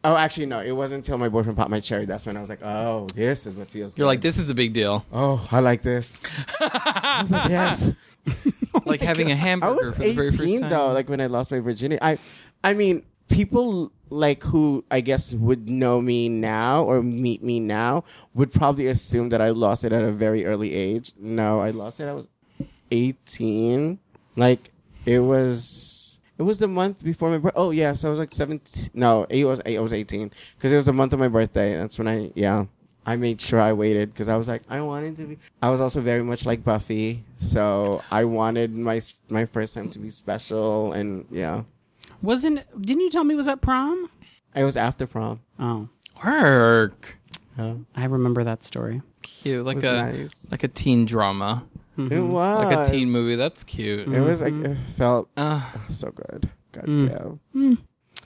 Speaker 3: Oh, actually, no. It wasn't until my boyfriend popped my cherry. That's when I was like, oh, this is what feels.
Speaker 1: You're like this is the big deal,
Speaker 3: oh, I like this. I was like, yes.
Speaker 1: like having a
Speaker 3: Oh I
Speaker 1: hamburger
Speaker 3: was
Speaker 1: for the very first
Speaker 3: 18
Speaker 1: time.
Speaker 3: though, like when I lost my virginity. I, I mean, people like who I guess would know me now or meet me now would probably assume that I lost it at a very early age. No, I lost it. I was 18. Like it was, it was the month before my birth. Oh yeah, so I was like 17. No, it was I was 18 because it was the month of my birthday. That's when I yeah. I made sure I waited because I was like, I wanted to be. I was also very much like Buffy, so I wanted my s- my first time to be special, and yeah,
Speaker 2: Wasn't, didn't you tell me it was at prom?
Speaker 3: it was after prom.
Speaker 2: Oh,
Speaker 1: Work.
Speaker 3: Huh?
Speaker 2: I remember that story.
Speaker 1: Cute, like
Speaker 3: was
Speaker 1: a
Speaker 3: nice.
Speaker 1: like a teen drama,
Speaker 3: It was Mm-hmm.
Speaker 1: like a teen movie. That's cute.
Speaker 3: It was like it felt
Speaker 1: Uh,
Speaker 3: so good. God damn,
Speaker 1: Mm.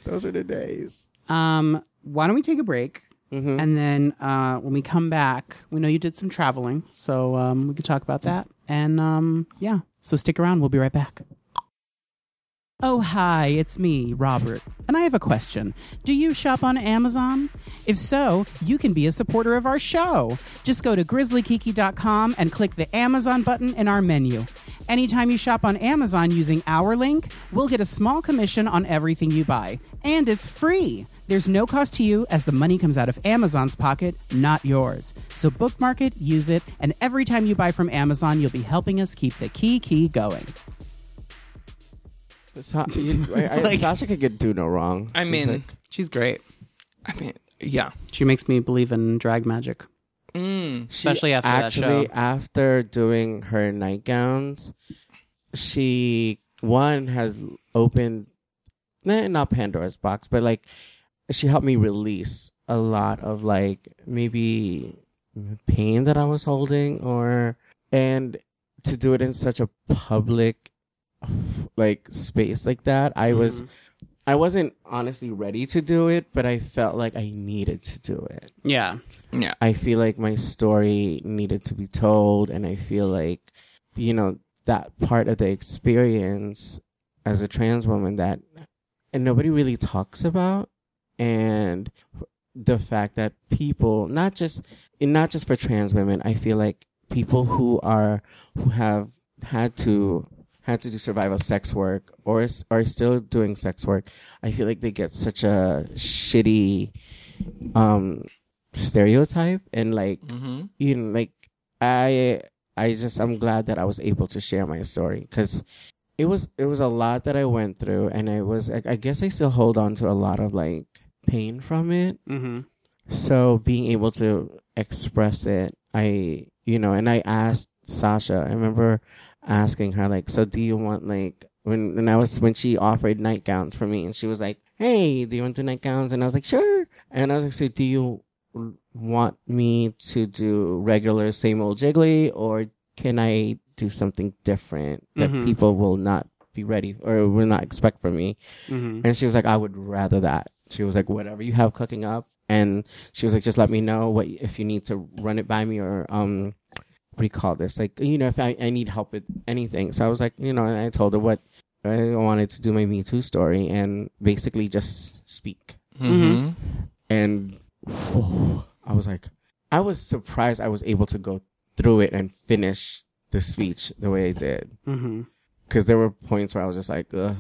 Speaker 3: those are the days.
Speaker 2: Um, why don't we take a break?
Speaker 1: Mm-hmm.
Speaker 2: And then uh, when we come back, we know you did some traveling, so um, we could talk about that. And um, yeah, so stick around. We'll be right back. Oh, hi, it's me, Robert. And I have a question. Do you shop on Amazon? If so, you can be a supporter of our show. Just go to grizzlykiki.com and click the Amazon button in our menu. Anytime you shop on Amazon using our link, we'll get a small commission on everything you buy. And it's free. There's no cost to you as the money comes out of Amazon's pocket, not yours. So bookmark it, use it, and every time you buy from Amazon, you'll be helping us keep the key key going.
Speaker 3: Sa- you- I- I-
Speaker 2: like-
Speaker 3: Sasha could get do no wrong.
Speaker 1: I
Speaker 3: She's
Speaker 1: mean,
Speaker 3: like-
Speaker 2: She's great.
Speaker 1: I mean, yeah.
Speaker 2: She makes me believe in drag magic.
Speaker 1: Mm.
Speaker 3: She
Speaker 2: Especially after that
Speaker 3: actually,
Speaker 2: show.
Speaker 3: after doing her nightgowns, she one has opened, nah, not Pandora's box, but like she helped me release a lot of like maybe pain that I was holding, or and to do it in such a public like space like that, I was.
Speaker 2: Mm-hmm.
Speaker 3: I wasn't honestly ready to do it, but I felt like I needed to do it.
Speaker 2: Yeah.
Speaker 1: Yeah.
Speaker 3: I feel like my story needed to be told, and I feel like, you know, that part of the experience as a trans woman that and nobody really talks about, and the fact that people, not just and not just for trans women, I feel like people who are who have had to had to do survival sex work or s- are still doing sex work, I feel like they get such a shitty um stereotype and like
Speaker 1: Mm-hmm.
Speaker 3: you know like i i just i'm glad that i was able to share my story because it was it was a lot that i went through and i was I, I guess i still hold on to a lot of like pain from it
Speaker 2: Mm-hmm.
Speaker 3: so being able to express it i you know and i asked sasha i remember asking her like so do you want like when, when i was when she offered nightgowns for me and she was like hey do you want to do nightgowns and i was like sure and i was like so do you want me to do regular same old jiggly or can i do something different that
Speaker 2: Mhm.
Speaker 3: people will not be ready or will not expect from me
Speaker 2: Mm-hmm.
Speaker 3: and she was like, I would rather that. She was like, whatever you have cooking up. And she was like, just let me know what if you need to run it by me or um, what do you call this? Like, you know, if I, I need help with anything. So I was like, you know, and I told her what I wanted to do my Me Too story and basically just speak.
Speaker 1: Mm-hmm.
Speaker 3: And whoa, I was like, I was surprised I was able to go through it and finish the speech the way I did
Speaker 2: Mm-hmm.
Speaker 3: because there were points where I was just like, Ugh.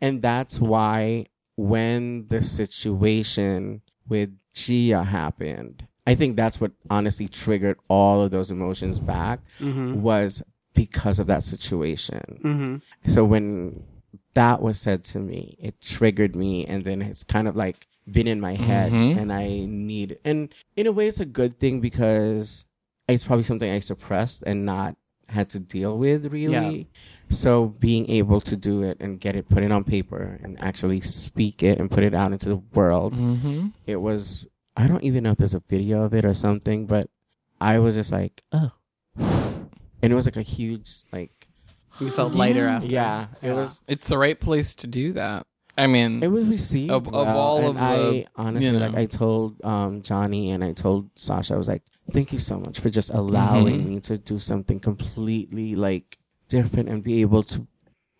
Speaker 3: and that's why when the situation with Gia happened, I think that's what honestly triggered all of those emotions back
Speaker 2: Mm-hmm.
Speaker 3: was because of that situation.
Speaker 2: Mm-hmm.
Speaker 3: So when that was said to me, it triggered me, and then it's kind of like been in my head,
Speaker 1: Mhm.
Speaker 3: and I need. And in a way, it's a good thing because it's probably something I suppressed and not had to deal with really. So being able to do it and get it, put it on paper, and actually speak it and put it out into the world,
Speaker 1: Mm-hmm.
Speaker 3: it was. I don't even know if there's a video of it or something, but I was just like, oh, and it was like a huge like
Speaker 2: You felt lighter after.
Speaker 3: yeah, it
Speaker 2: Yeah.
Speaker 3: was
Speaker 1: It's the right place to do that. I mean,
Speaker 3: it was received
Speaker 1: Of- of
Speaker 3: well,
Speaker 1: all
Speaker 3: and
Speaker 1: of
Speaker 3: I
Speaker 1: the,
Speaker 3: honestly
Speaker 1: you know.
Speaker 3: like I told um, Johnny and I told Sasha I was like thank you so much for just allowing
Speaker 1: Mhm.
Speaker 3: me to do something completely like different and be able to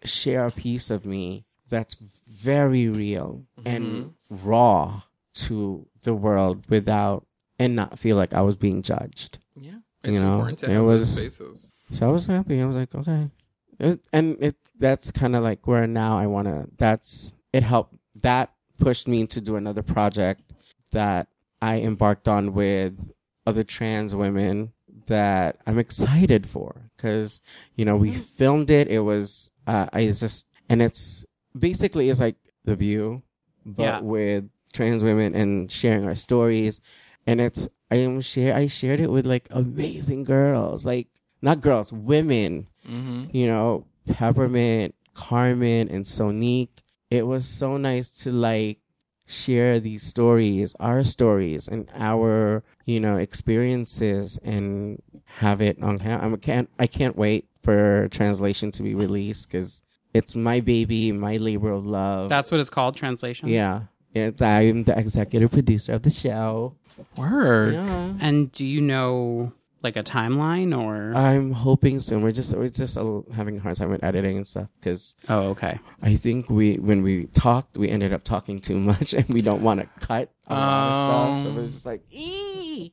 Speaker 3: share a piece of me that's very real
Speaker 1: Mm-hmm.
Speaker 3: and raw to the world without and not feel like I was being judged
Speaker 1: yeah, it's
Speaker 3: you know,
Speaker 1: important to
Speaker 3: it
Speaker 1: have
Speaker 3: was-
Speaker 1: those spaces.
Speaker 3: so I was happy. I was like, okay. It, and it that's kind of like where now I want to. That's it helped. That pushed me to do another project that I embarked on with other trans women that I'm excited for because you know we filmed it. It was uh, I it's just and it's basically it's like The View, but
Speaker 2: Yeah.
Speaker 3: with trans women and sharing our stories. And it's I am share I shared it with like amazing girls like not girls, women,
Speaker 1: Mm-hmm.
Speaker 3: you know, Peppermint, Carmen, and Sonique. It was so nice to like share these stories, our stories, and our, you know, experiences and have it on ha- I'm, I can't, I can't wait for translation to be released because it's my baby, my labor of love.
Speaker 2: That's what it's called, translation.
Speaker 3: yeah. It's, I'm the executive producer of the show.
Speaker 1: Word.
Speaker 3: Yeah.
Speaker 2: And do you know like a timeline or?
Speaker 3: I'm hoping soon. We're just we're just a little, having a hard time with editing and stuff because
Speaker 2: oh, okay.
Speaker 3: I think we when we talked we ended up talking too much and we don't want to cut a lot of stuff. So
Speaker 1: Um.
Speaker 3: it's just like eee.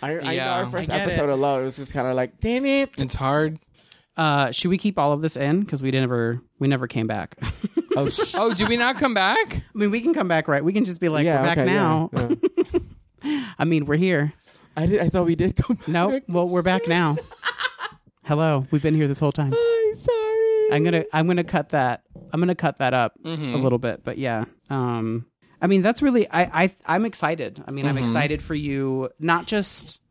Speaker 3: I, I know
Speaker 1: Yeah.
Speaker 3: our first
Speaker 2: I get
Speaker 3: episode alone it was just kind of like damn it.
Speaker 1: It's hard.
Speaker 2: Uh, should we keep all of this in? Because we didn't ever, we never came back. I
Speaker 3: Oh sh-
Speaker 1: Oh, did we not come back?
Speaker 2: mean, we can come back, right? We can just be like, we're back
Speaker 3: okay, yeah,
Speaker 2: now.
Speaker 3: yeah.
Speaker 2: I mean, we're here.
Speaker 3: I did. I thought we did go. Back.
Speaker 2: No, well, we're back now. Hello, we've been here this whole time.
Speaker 3: I'm sorry.
Speaker 2: I'm gonna, I'm gonna cut that. I'm gonna cut that up
Speaker 3: Mm-hmm.
Speaker 2: a little bit, but yeah. Um, I mean, that's really, I, I, I'm excited. I mean, I'm
Speaker 3: Mm-hmm.
Speaker 2: excited for you, not just.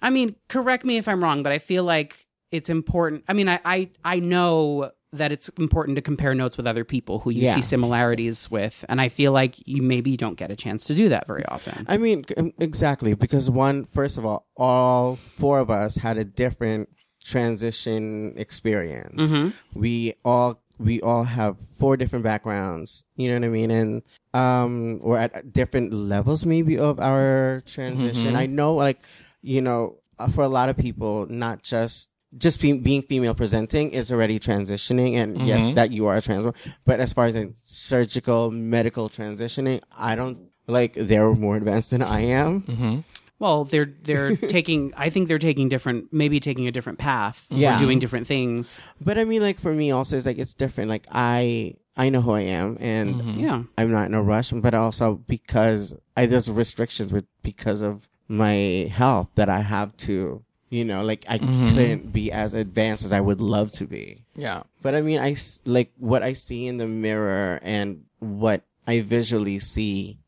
Speaker 2: I mean, correct me if I'm wrong, but I feel like it's important. I mean, I, I, I know that it's important to compare notes with other people who you
Speaker 3: Yeah.
Speaker 2: see similarities with, and I feel like you maybe don't get a chance to do that very often.
Speaker 3: I mean, c- exactly because one, first of all, all four of us had a different transition experience.
Speaker 2: Mm-hmm.
Speaker 3: We all we all have four different backgrounds. You know what I mean? And um, we're at different levels, maybe, of our transition. I know, like you know, uh, for a lot of people, not just just being, being female presenting is already transitioning and yes that you are a trans woman but as far as in surgical medical transitioning i don't like they're more advanced than i am
Speaker 2: Well, they're they're taking. I think they're taking different, maybe taking a different path. or
Speaker 3: Yeah.
Speaker 2: doing different things.
Speaker 3: but i mean like for me also it's like it's different like i i know who i am and
Speaker 2: Yeah,
Speaker 3: i'm not in a rush but also because i there's restrictions with because of my health that i have to you know like i
Speaker 2: Mm-hmm.
Speaker 3: couldn't be as advanced as i would love to be
Speaker 1: Yeah.
Speaker 3: But I mean, I s- like what I see in the mirror and what I visually see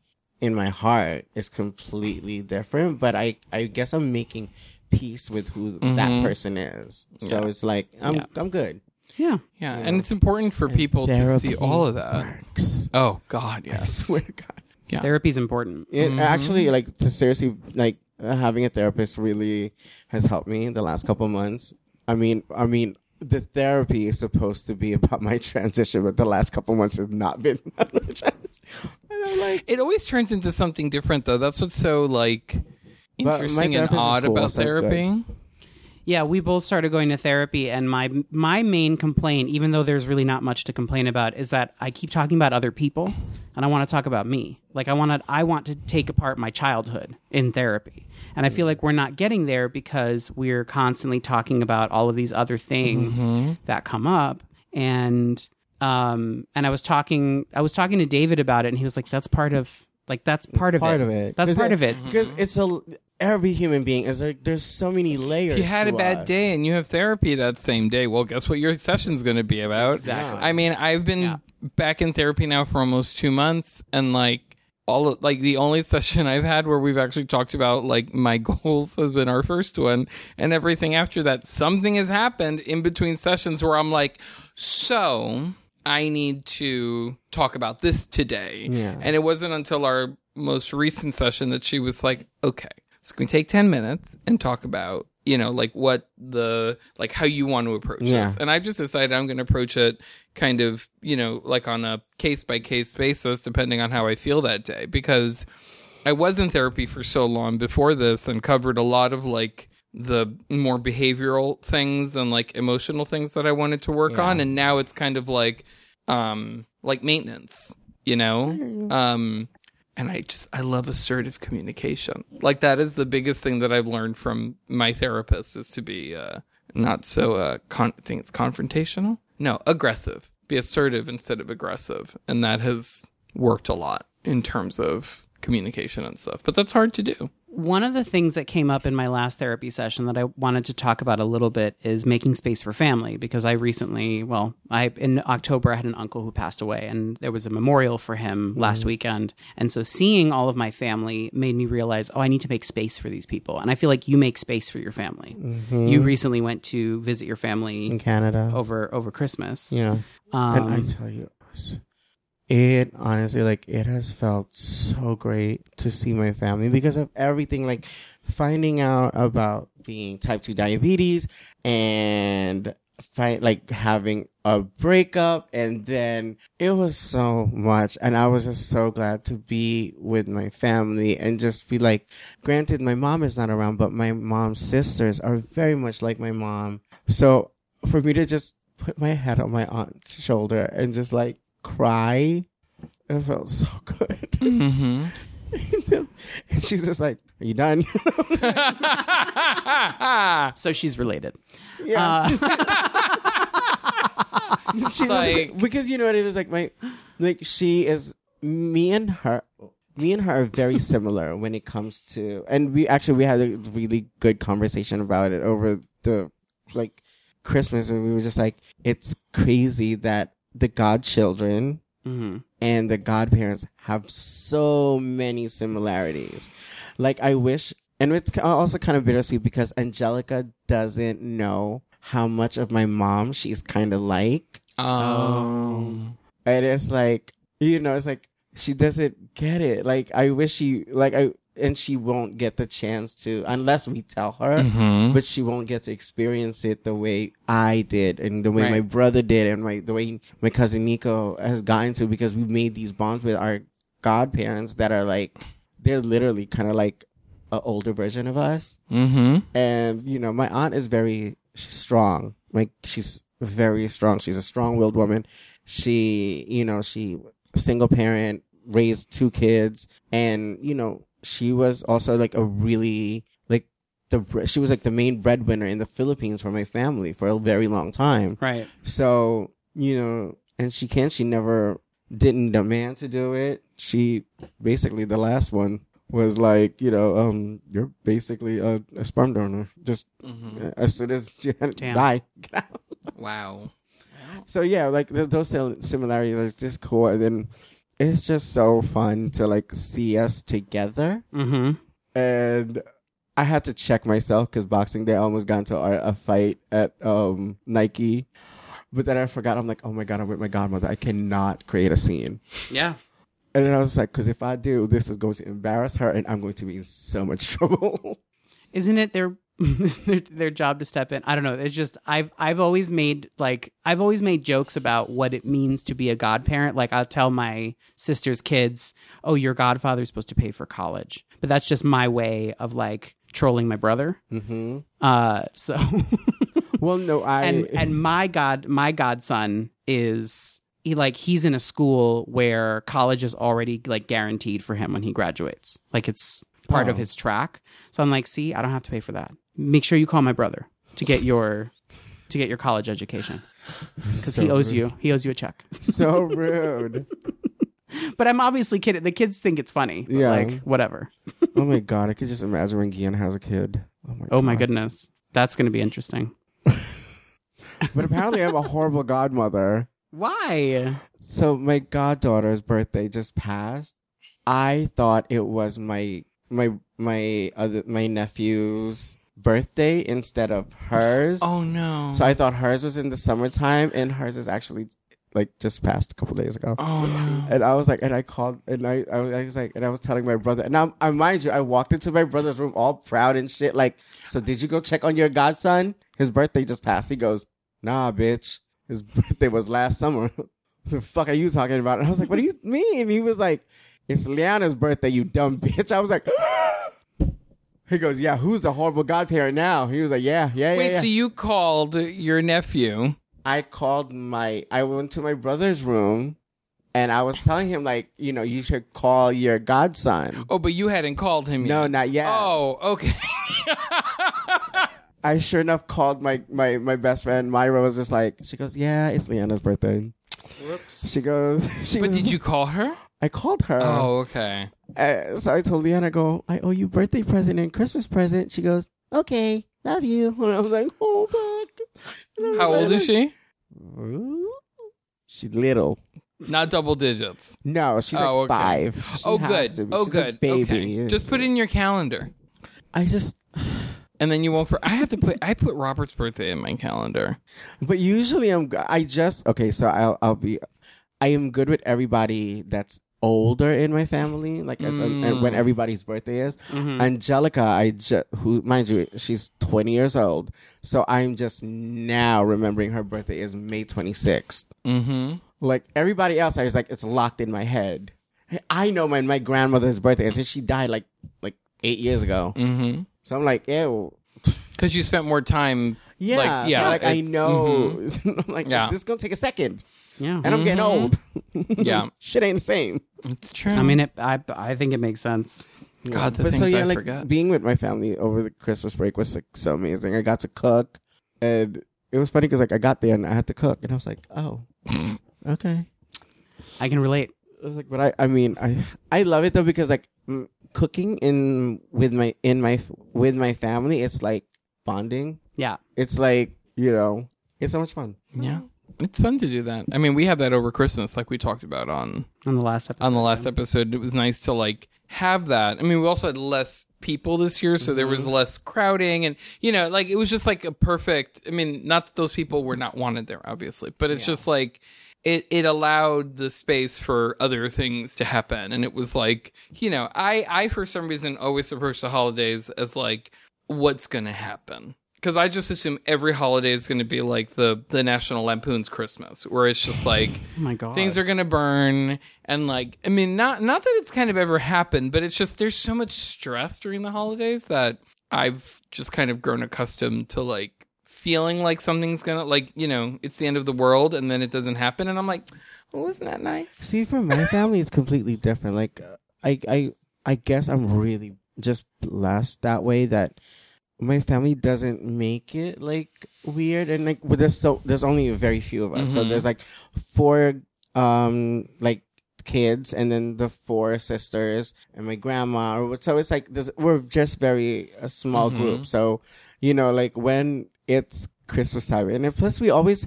Speaker 3: in my heart is completely different. But I, I guess I'm making peace with who that person is. So it's like I'm,
Speaker 2: Mm-hmm. Yeah.
Speaker 3: I'm good.
Speaker 2: yeah.
Speaker 1: Yeah. And it's important for people to see
Speaker 3: Therapy
Speaker 1: all of that.
Speaker 3: works.
Speaker 1: Oh, God. Yes.
Speaker 3: I swear to God,
Speaker 2: Therapy's important.
Speaker 3: it
Speaker 1: Mm-hmm.
Speaker 3: actually like to seriously like uh, having a therapist really has helped me in the last couple months. I mean, I mean. The therapy is supposed to be about my transition, but the last couple months has not been. about my transition. and I'm like,
Speaker 1: It always turns into something different, though. That's what's so like
Speaker 3: my
Speaker 1: interesting and
Speaker 3: therapist is
Speaker 1: odd
Speaker 3: cool,
Speaker 1: about
Speaker 3: so it's good.
Speaker 1: therapy.
Speaker 2: Yeah, we both started going to therapy, and my my main complaint, even though there's really not much to complain about, is that I keep talking about other people, and I want to talk about me. Like I want to I want to take apart my childhood in therapy, and I feel like we're not getting there because we're constantly talking about all of these other things
Speaker 3: Mm-hmm.
Speaker 2: that come up, and um and I was talking I was talking to David about it, and he was like, "That's part of." Like that's part of
Speaker 3: part
Speaker 2: it.
Speaker 3: of it.
Speaker 2: That's part of it.
Speaker 3: Because
Speaker 1: Mm-hmm.
Speaker 3: it's a every human being is like there's so many
Speaker 1: If
Speaker 3: layers.
Speaker 1: you had a
Speaker 3: to
Speaker 1: bad
Speaker 3: us.
Speaker 1: day and you have therapy that same day, well, guess what your session's going to be about?
Speaker 3: Exactly.
Speaker 1: I mean, I've been
Speaker 2: Yeah.
Speaker 1: back in therapy now for almost two months, and like all of, like the only session I've had where we've actually talked about like my goals has been our first one, and everything after that, something has happened in between sessions where I'm like, so I need to talk about this today,
Speaker 3: Yeah.
Speaker 1: and it wasn't until our most recent session that she was like, okay, so can we take 10 minutes and talk about, you know, like what the, like how you want to approach
Speaker 3: Yeah.
Speaker 1: this? And I've just decided I'm going to approach it kind of, you know, like on a case by case basis, depending on how I feel that day, because I was in therapy for so long before this and covered a lot of like, the more behavioral things and like emotional things that I wanted to work on and now it's kind of like um like maintenance you know um and i just i love assertive communication like that is the biggest thing that i've learned from my therapist is to be uh not so uh con- I think it's confrontational no aggressive be assertive instead of aggressive and that has worked a lot in terms of communication and stuff but that's hard to do
Speaker 2: one of the things that came up in my last therapy session that I wanted to talk about a little bit is making space for family because I recently, well, I in October I had an uncle who passed away and there was a memorial for him last
Speaker 3: Mm-hmm.
Speaker 2: weekend. And so seeing all of my family made me realize, oh, I need to make space for these people. And I feel like you make space for your family. You recently went to visit your family
Speaker 3: Mm-hmm. in Canada.
Speaker 1: Oh,
Speaker 2: over over Christmas.
Speaker 3: Yeah, and I
Speaker 2: Um,
Speaker 3: tell you, it honestly like it has felt so great to see my family because of everything. Like finding out about being type two diabetes and fight like having a breakup and then it was so much and I was just so glad to be with my family and just be like granted my mom is not around but my mom's sisters are very much like my mom so for me to just put my head on my aunt's shoulder and just like cry it felt so good
Speaker 1: Mm-hmm.
Speaker 3: and she's just like are you done
Speaker 2: So she's related. Uh,
Speaker 3: yeah
Speaker 1: it's
Speaker 3: She was-
Speaker 1: like,
Speaker 3: because you know what it is like my like she is me and her me and her are very similar when it comes to and we actually we had a really good conversation about it over the like Christmas and we were just like it's crazy that the godchildren
Speaker 2: Mm-hmm.
Speaker 3: and the godparents have so many similarities. Like I wish, and it's ki- also kind of bittersweet because Angelica doesn't know how much of my mom she's kind of like,
Speaker 1: um,
Speaker 3: and it's like you know, it's like she doesn't get it. Like I wish she like I. And she won't get the chance to, unless we tell her,
Speaker 1: mhm.
Speaker 3: but she won't get to experience it the way I did and the way
Speaker 2: Right.
Speaker 3: my brother did and my the way my cousin Nico has gotten to because we made these bonds with our godparents that are like they're literally kind of like an older version of us
Speaker 1: Mhm.
Speaker 3: and you know my aunt is very she's strong like she's very strong she's a strong-willed woman she you know she single parent raised two kids and you know she was also like a really like the bre- she was like the main breadwinner in the philippines for my family for a very long time
Speaker 2: Right.
Speaker 3: so, you know, and she can. She never didn't demand to do it. She basically, the last one was like, you know, um, you're basically a, a sperm donor. Just
Speaker 1: Mhm.
Speaker 3: uh, as soon as you had
Speaker 2: Damn.
Speaker 3: die, get out.
Speaker 1: Wow.
Speaker 3: So yeah, like th- those sil- similarities are just cool. And then it's just so fun to like see us together.
Speaker 2: Mm-hmm.
Speaker 3: And I had to check myself because Boxing Day I almost got into a, a fight at um, Nike. But then I forgot. I'm like, oh my God, I'm with my godmother. I cannot create a scene.
Speaker 2: Yeah.
Speaker 3: And then I was like, because if I do, this is going to embarrass her and I'm going to be in so much trouble.
Speaker 2: Isn't it their their, their job to step in? I don't know. It's just I've I've always made like I've always made jokes about what it means to be a godparent. Like I'll tell my sister's kids, "Oh, your godfather's supposed to pay for college," but that's just my way of like trolling my brother.
Speaker 3: hmm
Speaker 2: Uh, so
Speaker 3: Well, no, I.
Speaker 2: and and my god my godson is he like he's in a school where college is already like guaranteed for him when he graduates like it's part of
Speaker 3: Oh.
Speaker 2: his track so i'm like see i don't have to pay for that make sure you call my brother to get your to get your college education because he owes you he owes you a check
Speaker 3: So rude.
Speaker 2: but i'm obviously kidding the kids think it's funny but
Speaker 3: Yeah.
Speaker 2: like whatever
Speaker 3: oh my God, I could just imagine when Gian has a kid. Oh my,
Speaker 2: oh my
Speaker 3: God.
Speaker 2: goodness that's gonna be interesting
Speaker 3: But apparently, I'm a horrible godmother.
Speaker 2: why
Speaker 3: So my goddaughter's birthday just passed. I thought it was my my my other my nephew's birthday instead of hers.
Speaker 1: Oh no.
Speaker 3: So I thought hers was in the summertime and hers is actually like just passed a couple days ago.
Speaker 1: oh no.
Speaker 3: And I was like, and I called, and I, I was I was like, and I was telling my brother, and I, I mind you, I walked into my brother's room all proud and shit. Like, so did you go check on your godson? His birthday just passed. He goes, nah, bitch. His birthday was last summer. the fuck are you talking about? And I was like, what do you mean? He was like, it's Liana's birthday, you dumb bitch. I was like, he goes, yeah, who's the horrible godparent now? He was like, yeah, yeah, yeah.
Speaker 1: Wait,
Speaker 3: yeah.
Speaker 1: so you called your nephew?
Speaker 3: I called my I went to my brother's room and I was telling him like, you know, you should call your godson.
Speaker 1: Oh, but you hadn't called him
Speaker 3: No,
Speaker 1: yet.
Speaker 3: not yet.
Speaker 1: Oh, okay.
Speaker 3: I sure enough called my, my my best friend Myra was just like she goes, Yeah, it's Leanna's birthday.
Speaker 1: Whoops.
Speaker 3: She goes she
Speaker 1: But
Speaker 3: was,
Speaker 1: did you call her?
Speaker 3: I called her.
Speaker 1: Oh, okay.
Speaker 3: Uh, so I told Leanna, I go, I owe you birthday present and Christmas present. She goes, Okay, love you. And I was like, Oh fuck.
Speaker 1: How old is she?
Speaker 3: Ooh. She's little.
Speaker 1: Not double digits.
Speaker 3: No, she's
Speaker 1: Oh,
Speaker 3: like
Speaker 1: okay.
Speaker 3: five. She
Speaker 1: oh,
Speaker 3: has to
Speaker 1: good.
Speaker 3: be.
Speaker 1: Oh,
Speaker 3: She's a
Speaker 1: good.
Speaker 3: baby.
Speaker 1: Okay. Just put it in your calendar,
Speaker 3: I just.
Speaker 1: and then you won't. For- I have to put. I put Robert's birthday in my calendar.
Speaker 3: But usually I'm. g- I just okay. So I'll. I'll be. I am good with everybody that's older in my family, like as and
Speaker 1: Mm.
Speaker 3: when everybody's birthday is.
Speaker 1: Mm-hmm.
Speaker 3: Angelica, I ju- who mind you, she's twenty years old, so I'm just now remembering her birthday is May twenty sixth.
Speaker 1: Mm-hmm.
Speaker 3: Like everybody else, I was like, it's locked in my head. I know my my grandmother's birthday, and since she died like like eight years ago,
Speaker 1: Mm-hmm.
Speaker 3: so I'm like, ew.
Speaker 1: Because you spent more time.
Speaker 3: Yeah, Mm-hmm.
Speaker 1: Like,
Speaker 3: so,
Speaker 1: yeah,
Speaker 3: like I
Speaker 1: it's-
Speaker 3: know. I'm like,
Speaker 1: Yeah.
Speaker 3: this is gonna take a second,
Speaker 2: Yeah.
Speaker 3: and I'm getting old.
Speaker 1: Yeah.
Speaker 3: shit ain't the same.
Speaker 1: It's true.
Speaker 2: I mean, it, I I think it makes sense.
Speaker 1: God, the
Speaker 3: but
Speaker 1: things
Speaker 3: so yeah,
Speaker 1: I
Speaker 3: like
Speaker 1: forget.
Speaker 3: being with my family over the Christmas break was like so amazing. I got to cook, and it was funny because like I got there and I had to cook, and I was like, oh, okay.
Speaker 2: I can relate.
Speaker 3: I was like, but I, I mean, I, I love it though because like m- cooking in with my in my f- with my family, it's like bonding.
Speaker 2: Yeah.
Speaker 3: It's like you know, it's so much fun.
Speaker 1: yeah. It's fun to do that. I mean, we had that over Christmas, like we talked about on
Speaker 2: On the last episode.
Speaker 1: on the last episode. It was nice to like have that. I mean, we also had less people this year, so there was less crowding, and you know, like it was just like a perfect. I mean, not that those people were not wanted there, obviously, but it's just like it it allowed the space for other things to happen, and it was like you know, I I for some reason always approach the holidays as like what's gonna happen. Because I just assume every holiday is going to be like the the National Lampoon's Christmas, where it's just like
Speaker 2: Oh my god.
Speaker 1: things are gonna burn and like i mean not not that it's kind of ever happened but it's just there's so much stress during the holidays that i've just kind of grown accustomed to like feeling like something's gonna like you know it's the end of the world and then it doesn't happen and i'm like well isn't that nice
Speaker 3: See, for my family, it's completely different. Like, uh, I, I, I guess I'm really just blessed that way that my family doesn't make it like weird and like. But there's so there's only very few of us, so
Speaker 1: Mhm.
Speaker 3: there's like four, um, like kids, and then the four sisters and my grandma. or what- So it's like there's, we're just very a small
Speaker 1: Mhm.
Speaker 3: group. So you know, like when it's Christmas time, and then plus we always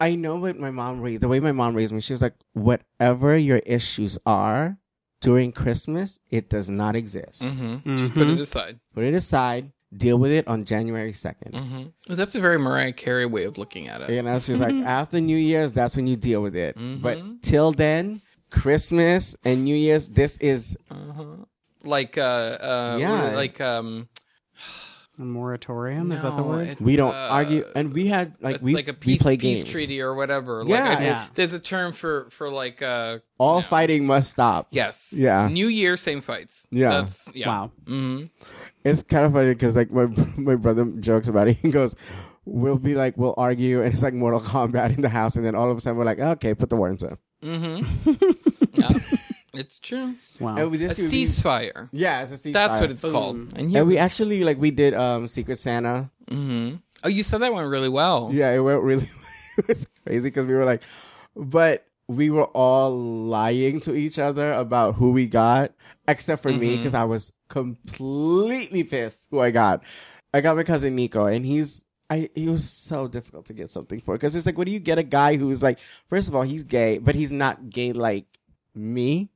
Speaker 3: I know what my mom raised, the way my mom raised me, she was like, whatever your issues are during Christmas, it does not exist.
Speaker 1: mm-hmm. just put it aside
Speaker 3: Put it aside, deal with it on January 2nd.
Speaker 1: mm-hmm. that's a very mariah carey way of looking at it
Speaker 3: You know, she's like, after New Year's, that's when you deal with it.
Speaker 1: Mhm.
Speaker 3: But till then, Christmas and New Year's, this is,
Speaker 1: uh-huh. like uh uh
Speaker 3: Yeah.
Speaker 1: what are- like um
Speaker 2: A moratorium? Is that the
Speaker 1: no,
Speaker 2: word?
Speaker 1: it-
Speaker 3: we don't
Speaker 1: uh,
Speaker 3: argue. And we had, like,
Speaker 1: a-
Speaker 3: we,
Speaker 1: like a
Speaker 3: we
Speaker 1: peace,
Speaker 3: play
Speaker 1: peace
Speaker 3: games.
Speaker 1: treaty or whatever.
Speaker 3: Yeah.
Speaker 1: like I,
Speaker 2: Yeah.
Speaker 1: There's a term for for like uh
Speaker 3: All
Speaker 1: yeah.
Speaker 3: fighting must stop.
Speaker 1: yes
Speaker 3: Yeah.
Speaker 1: New Year same fights
Speaker 3: Yeah.
Speaker 1: That's, yeah
Speaker 2: Wow.
Speaker 1: hmm
Speaker 3: It's kind of funny because like my my brother jokes about it. He goes, "We'll be like we'll argue," and it's like Mortal Kombat in the house, and then all of a sudden we're like, "Okay, put the worms in."
Speaker 1: hmm yeah it's true
Speaker 2: Wow.
Speaker 3: And we
Speaker 1: a
Speaker 3: just we-
Speaker 1: ceasefire
Speaker 3: yeah, it's a Oh. ceasefire.
Speaker 1: that's what it's called and,
Speaker 3: And we actually like we did um Secret Santa.
Speaker 1: hmm oh you said that went really well
Speaker 3: Yeah, it went really. it was crazy because we were like, but we were all lying to each other about who we got, except for me because I was completely pissed who I got. I got my cousin Nico, and he's I he was so difficult to get something for because it's like, what do you get a guy who's like, first of all, he's gay, but he's not gay like me.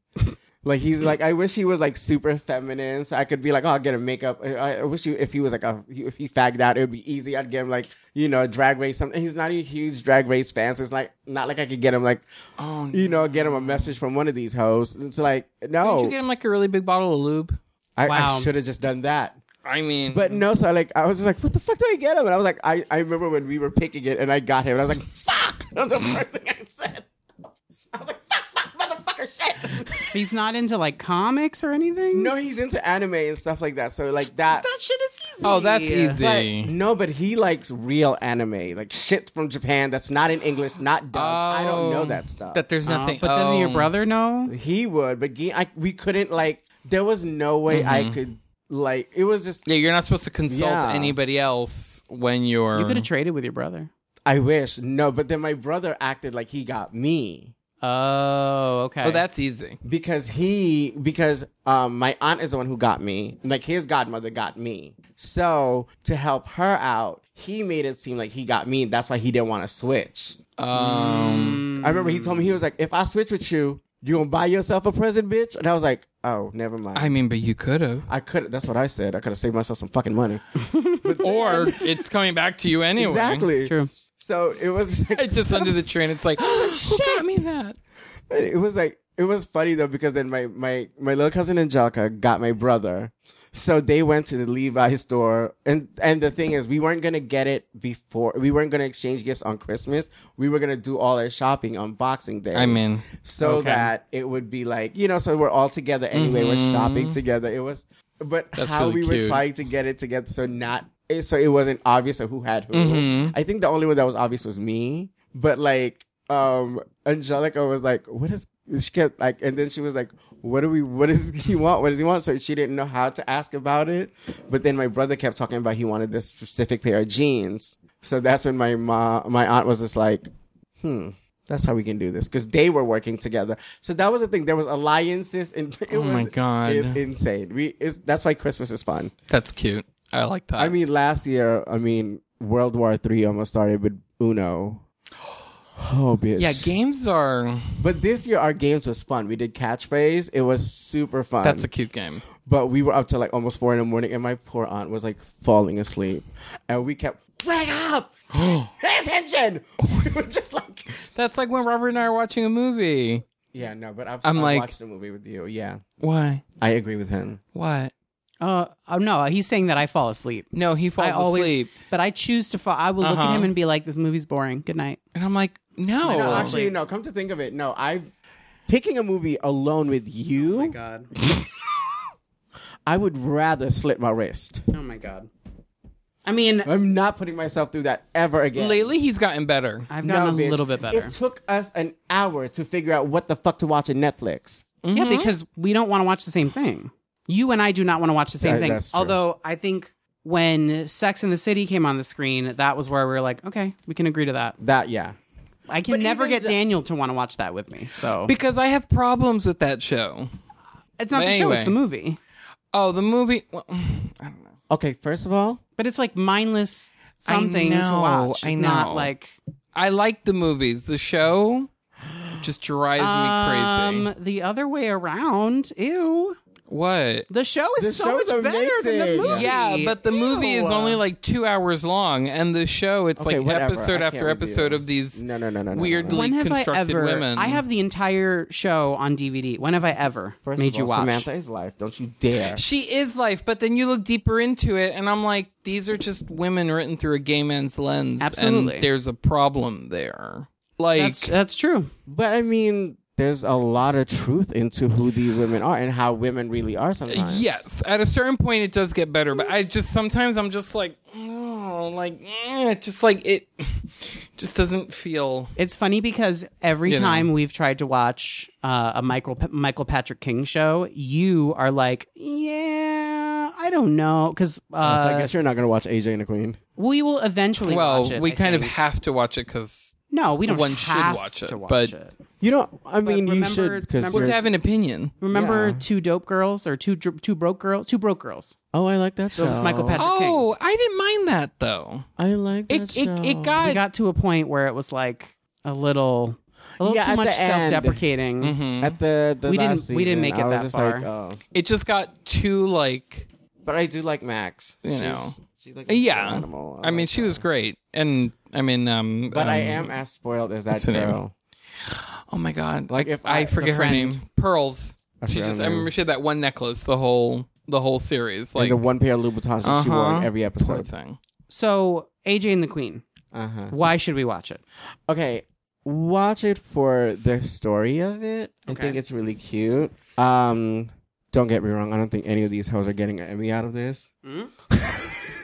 Speaker 3: Like he's like, I wish he was like super feminine, so I could be like, oh, I'll get a makeup. I, I- I wish he, if he was like a, if he fagged out, it would be easy. I'd get him like, you know, drag race something. He's not a huge drag race fan, so it's like not like I could get him like,
Speaker 1: oh
Speaker 3: you know, get him a message from one of these hoes. It's like,
Speaker 1: did
Speaker 3: no,
Speaker 1: you get him like a really big bottle of lube
Speaker 3: I,
Speaker 2: Wow.
Speaker 3: I should have just done that.
Speaker 1: I mean
Speaker 3: But no, so like I was just like, what the fuck do I get him? And I was like, I, I remember when we were picking it, and I got him, and I was like, fuck. That was the first thing I said. I was like, fuck, fuck, motherfucker, shit.
Speaker 2: He's not into like comics or anything?
Speaker 3: No, he's into anime and stuff like that. So like that.
Speaker 2: That shit is easy.
Speaker 1: oh that's easy
Speaker 3: But no, but he likes real anime, like shit from Japan that's not in English, not dubbed. I don't know
Speaker 1: Oh.
Speaker 3: that stuff.
Speaker 1: that there's
Speaker 2: Uh,
Speaker 1: nothing
Speaker 2: but doesn't your
Speaker 1: oh.
Speaker 2: brother know?
Speaker 3: he would, but Ge- I, we couldn't like. There was no way
Speaker 1: Mm-hmm.
Speaker 3: I could like. It was just.
Speaker 1: yeah you're not supposed to consult
Speaker 3: Yeah.
Speaker 1: anybody else when you're
Speaker 2: You could have traded with your brother.
Speaker 3: I wish no, but then my brother acted like he got me.
Speaker 2: Oh, okay.
Speaker 1: oh that's easy
Speaker 3: because he because um my aunt is the one who got me like his godmother got me so to help her out he made it seem like he got me that's why he didn't want to switch Mm.
Speaker 1: um.
Speaker 3: i remember he told me he was like if i switch with you you gonna buy yourself a present bitch and i was like oh never mind
Speaker 1: I
Speaker 3: i,
Speaker 1: mean, but you could have.
Speaker 3: could that's what i said i could have saved myself some fucking money
Speaker 1: Or it's coming back to you anyway.
Speaker 3: exactly
Speaker 2: True.
Speaker 3: so it was like,
Speaker 1: It's just under the train. It's like, who got me that?
Speaker 3: it was like It was funny though because then my my my little cousin Angelica got my brother, so they went to the Levi's store and and the thing is we weren't gonna get it before we weren't gonna exchange gifts on Christmas. We were gonna do all our shopping on Boxing Day.
Speaker 1: I mean,
Speaker 3: so
Speaker 2: Okay.
Speaker 3: that it would be like you know so we're all together anyway we're shopping together it was but
Speaker 1: Mm-hmm. That's
Speaker 3: how
Speaker 1: really
Speaker 3: we
Speaker 1: cute.
Speaker 3: were trying to get it together so not eh, so it wasn't obvious of who had who
Speaker 1: Mm-hmm.
Speaker 3: i think the only one that was obvious was me but like um angelica was like what is she kept like and then she was like what do we what does he want what does he want so she didn't know how to ask about it but then my brother kept talking about he wanted this specific pair of jeans so that's when my mom my aunt was just like hmm that's how we can do this because they were working together. So that was the thing. There was alliances, and it
Speaker 1: Oh
Speaker 3: was
Speaker 1: my God.
Speaker 3: it's insane. We it's, that's why Christmas is fun.
Speaker 1: that's cute. I like that.
Speaker 3: I mean, last year, I mean, World War Three almost started with Uno. Oh, bitch!
Speaker 1: yeah, games are.
Speaker 3: But this year, our games was fun. We did catchphrase. It was super fun.
Speaker 1: That's a cute game.
Speaker 3: but we were up till like almost four in the morning, and my poor aunt was like falling asleep, and we kept wake up, pay attention. we were just like,
Speaker 1: That's like when Robert and I are watching a movie.
Speaker 3: yeah, no. But I've,
Speaker 1: I'm
Speaker 3: I've
Speaker 1: like-
Speaker 3: watched the movie with you. Yeah,
Speaker 1: Why?
Speaker 3: I agree with him.
Speaker 1: What?
Speaker 2: Uh, oh no, he's saying that I fall asleep.
Speaker 1: No, he falls
Speaker 2: I always,
Speaker 1: asleep,
Speaker 2: but I choose to fall. I will look
Speaker 1: Uh-huh. Oh
Speaker 2: at him and be like, "This movie's boring. Good night."
Speaker 1: and I'm like, no.
Speaker 3: No, actually, no. Come to think of it, no. I picking a movie alone with you.
Speaker 2: Oh god.
Speaker 3: I would rather slit my wrist.
Speaker 2: Oh my god. I mean,
Speaker 3: I'm not putting myself through that ever again.
Speaker 1: Lately, he's gotten better.
Speaker 2: I've
Speaker 3: No,
Speaker 2: gotten a
Speaker 3: bitch.
Speaker 2: little bit better.
Speaker 3: It took us an hour to figure out what the fuck to watch on Netflix.
Speaker 2: Yeah,
Speaker 1: Mm-hmm.
Speaker 2: because we don't want to watch the same thing. You and I do not want to watch the same
Speaker 3: That-
Speaker 2: thing.
Speaker 3: that's true.
Speaker 2: Although I think when Sex in the City came on the screen, that was where we were like, okay, we can agree to that.
Speaker 3: That yeah.
Speaker 2: I can
Speaker 3: But
Speaker 2: never
Speaker 3: even
Speaker 2: get
Speaker 3: the-
Speaker 2: Daniel to want to watch that with me. So
Speaker 1: Because I have problems with that show.
Speaker 2: it's not
Speaker 1: but
Speaker 2: the show;
Speaker 1: anyway.
Speaker 2: it's the movie.
Speaker 1: Oh, the movie. Well, I don't know.
Speaker 3: Okay, first of all,
Speaker 2: But it's like mindless
Speaker 1: I
Speaker 2: something to
Speaker 1: know,
Speaker 2: watch.
Speaker 1: I know.
Speaker 2: Not like
Speaker 1: I like the movies. The show just drives me crazy.
Speaker 2: Um, the other way around. Ew.
Speaker 1: What?
Speaker 2: The show is
Speaker 3: The
Speaker 2: so
Speaker 3: show's
Speaker 2: much better than the
Speaker 3: amazing.
Speaker 2: movie.
Speaker 1: Yeah, but the movie is
Speaker 2: Ew.
Speaker 1: only like two hours long, and the show it's
Speaker 3: Okay,
Speaker 1: like
Speaker 3: whatever. I
Speaker 1: episode
Speaker 3: can't
Speaker 1: after
Speaker 3: with
Speaker 1: episode
Speaker 3: you.
Speaker 1: of these
Speaker 3: no, no, no, no, no, no.
Speaker 1: weirdly
Speaker 3: no.
Speaker 2: When have I
Speaker 1: constructed
Speaker 2: ever?
Speaker 1: women.
Speaker 2: I have the entire show on DVD. When have I ever
Speaker 3: First
Speaker 2: made
Speaker 3: of
Speaker 2: you
Speaker 3: all,
Speaker 2: watch?
Speaker 3: Samantha is life. Don't you dare.
Speaker 1: She is life, but then you look deeper into it, and I'm like, these are just women written through a gay man's lens.
Speaker 2: Absolutely.
Speaker 1: and there's a problem there. Like,
Speaker 2: That's that's true.
Speaker 3: But I mean, there's a lot of truth into who these women are and how women really are sometimes.
Speaker 1: yes, at a certain point it does get better, but I just sometimes I'm just like, oh, like, eh, it's just like it just doesn't feel.
Speaker 2: It's funny because every
Speaker 1: You know.
Speaker 2: time we've tried to watch uh, a Michael Michael Patrick King show, you are like, yeah, I don't know, because
Speaker 3: So I
Speaker 2: uh,
Speaker 3: guess you're not gonna watch AJ and the Queen.
Speaker 2: we will eventually.
Speaker 1: Well,
Speaker 2: watch it,
Speaker 1: we
Speaker 2: I
Speaker 1: kind of
Speaker 2: think.
Speaker 1: have to watch it because
Speaker 2: no, we don't.
Speaker 1: one should
Speaker 2: have
Speaker 1: watch it,
Speaker 2: to watch
Speaker 1: but-
Speaker 2: it.
Speaker 3: You don't. I mean, you
Speaker 2: remember-
Speaker 3: should because
Speaker 2: remember
Speaker 1: well,
Speaker 3: you're-
Speaker 1: to have an opinion.
Speaker 2: Remember
Speaker 3: Yeah.
Speaker 2: two dope girls or two dr- two broke girls, two broke girls.
Speaker 3: Oh, I like that show.
Speaker 2: was Michael Patrick. King.
Speaker 1: Oh, I didn't mind that though.
Speaker 3: I like that
Speaker 1: It
Speaker 3: show.
Speaker 1: it, it got.
Speaker 2: we got to a point where it was like a little, a little
Speaker 3: Yeah,
Speaker 2: too
Speaker 3: at
Speaker 2: much
Speaker 3: the end. Mm-hmm.
Speaker 2: self-deprecating.
Speaker 1: Mhm.
Speaker 3: at the, the
Speaker 2: We
Speaker 3: last
Speaker 2: didn't- we didn't
Speaker 3: season,
Speaker 2: make it
Speaker 3: I was
Speaker 2: that
Speaker 3: just Like, oh.
Speaker 1: It just got too like.
Speaker 3: But I do like Max.
Speaker 1: You
Speaker 3: she's,
Speaker 1: know.
Speaker 3: she's like a
Speaker 1: Yeah,
Speaker 3: good animal.
Speaker 1: I mean,
Speaker 3: like
Speaker 1: she
Speaker 3: her.
Speaker 1: was great, and I mean, um,
Speaker 3: But I
Speaker 1: um,
Speaker 3: am as spoiled as that
Speaker 1: her name?
Speaker 3: girl.
Speaker 1: Oh my god!
Speaker 3: Like, if
Speaker 1: I,
Speaker 3: I-
Speaker 1: forget
Speaker 3: the
Speaker 1: her
Speaker 3: friend.
Speaker 1: name, Pearls. She
Speaker 3: forget
Speaker 1: just
Speaker 3: her
Speaker 1: I
Speaker 3: name.
Speaker 1: remember she had that one necklace the whole the whole series,
Speaker 3: Like
Speaker 1: like
Speaker 3: the one pair of Louboutins that she wore
Speaker 1: Uh-huh.
Speaker 3: in every
Speaker 1: poor
Speaker 3: episode.
Speaker 1: thing.
Speaker 2: So AJ and the Queen,
Speaker 3: Uh huh.
Speaker 2: why should we watch it?
Speaker 3: Okay, watch it for the story of it. I think it's really cute. Um, don't get me wrong. I don't think any of these hoes are getting an Emmy out of this.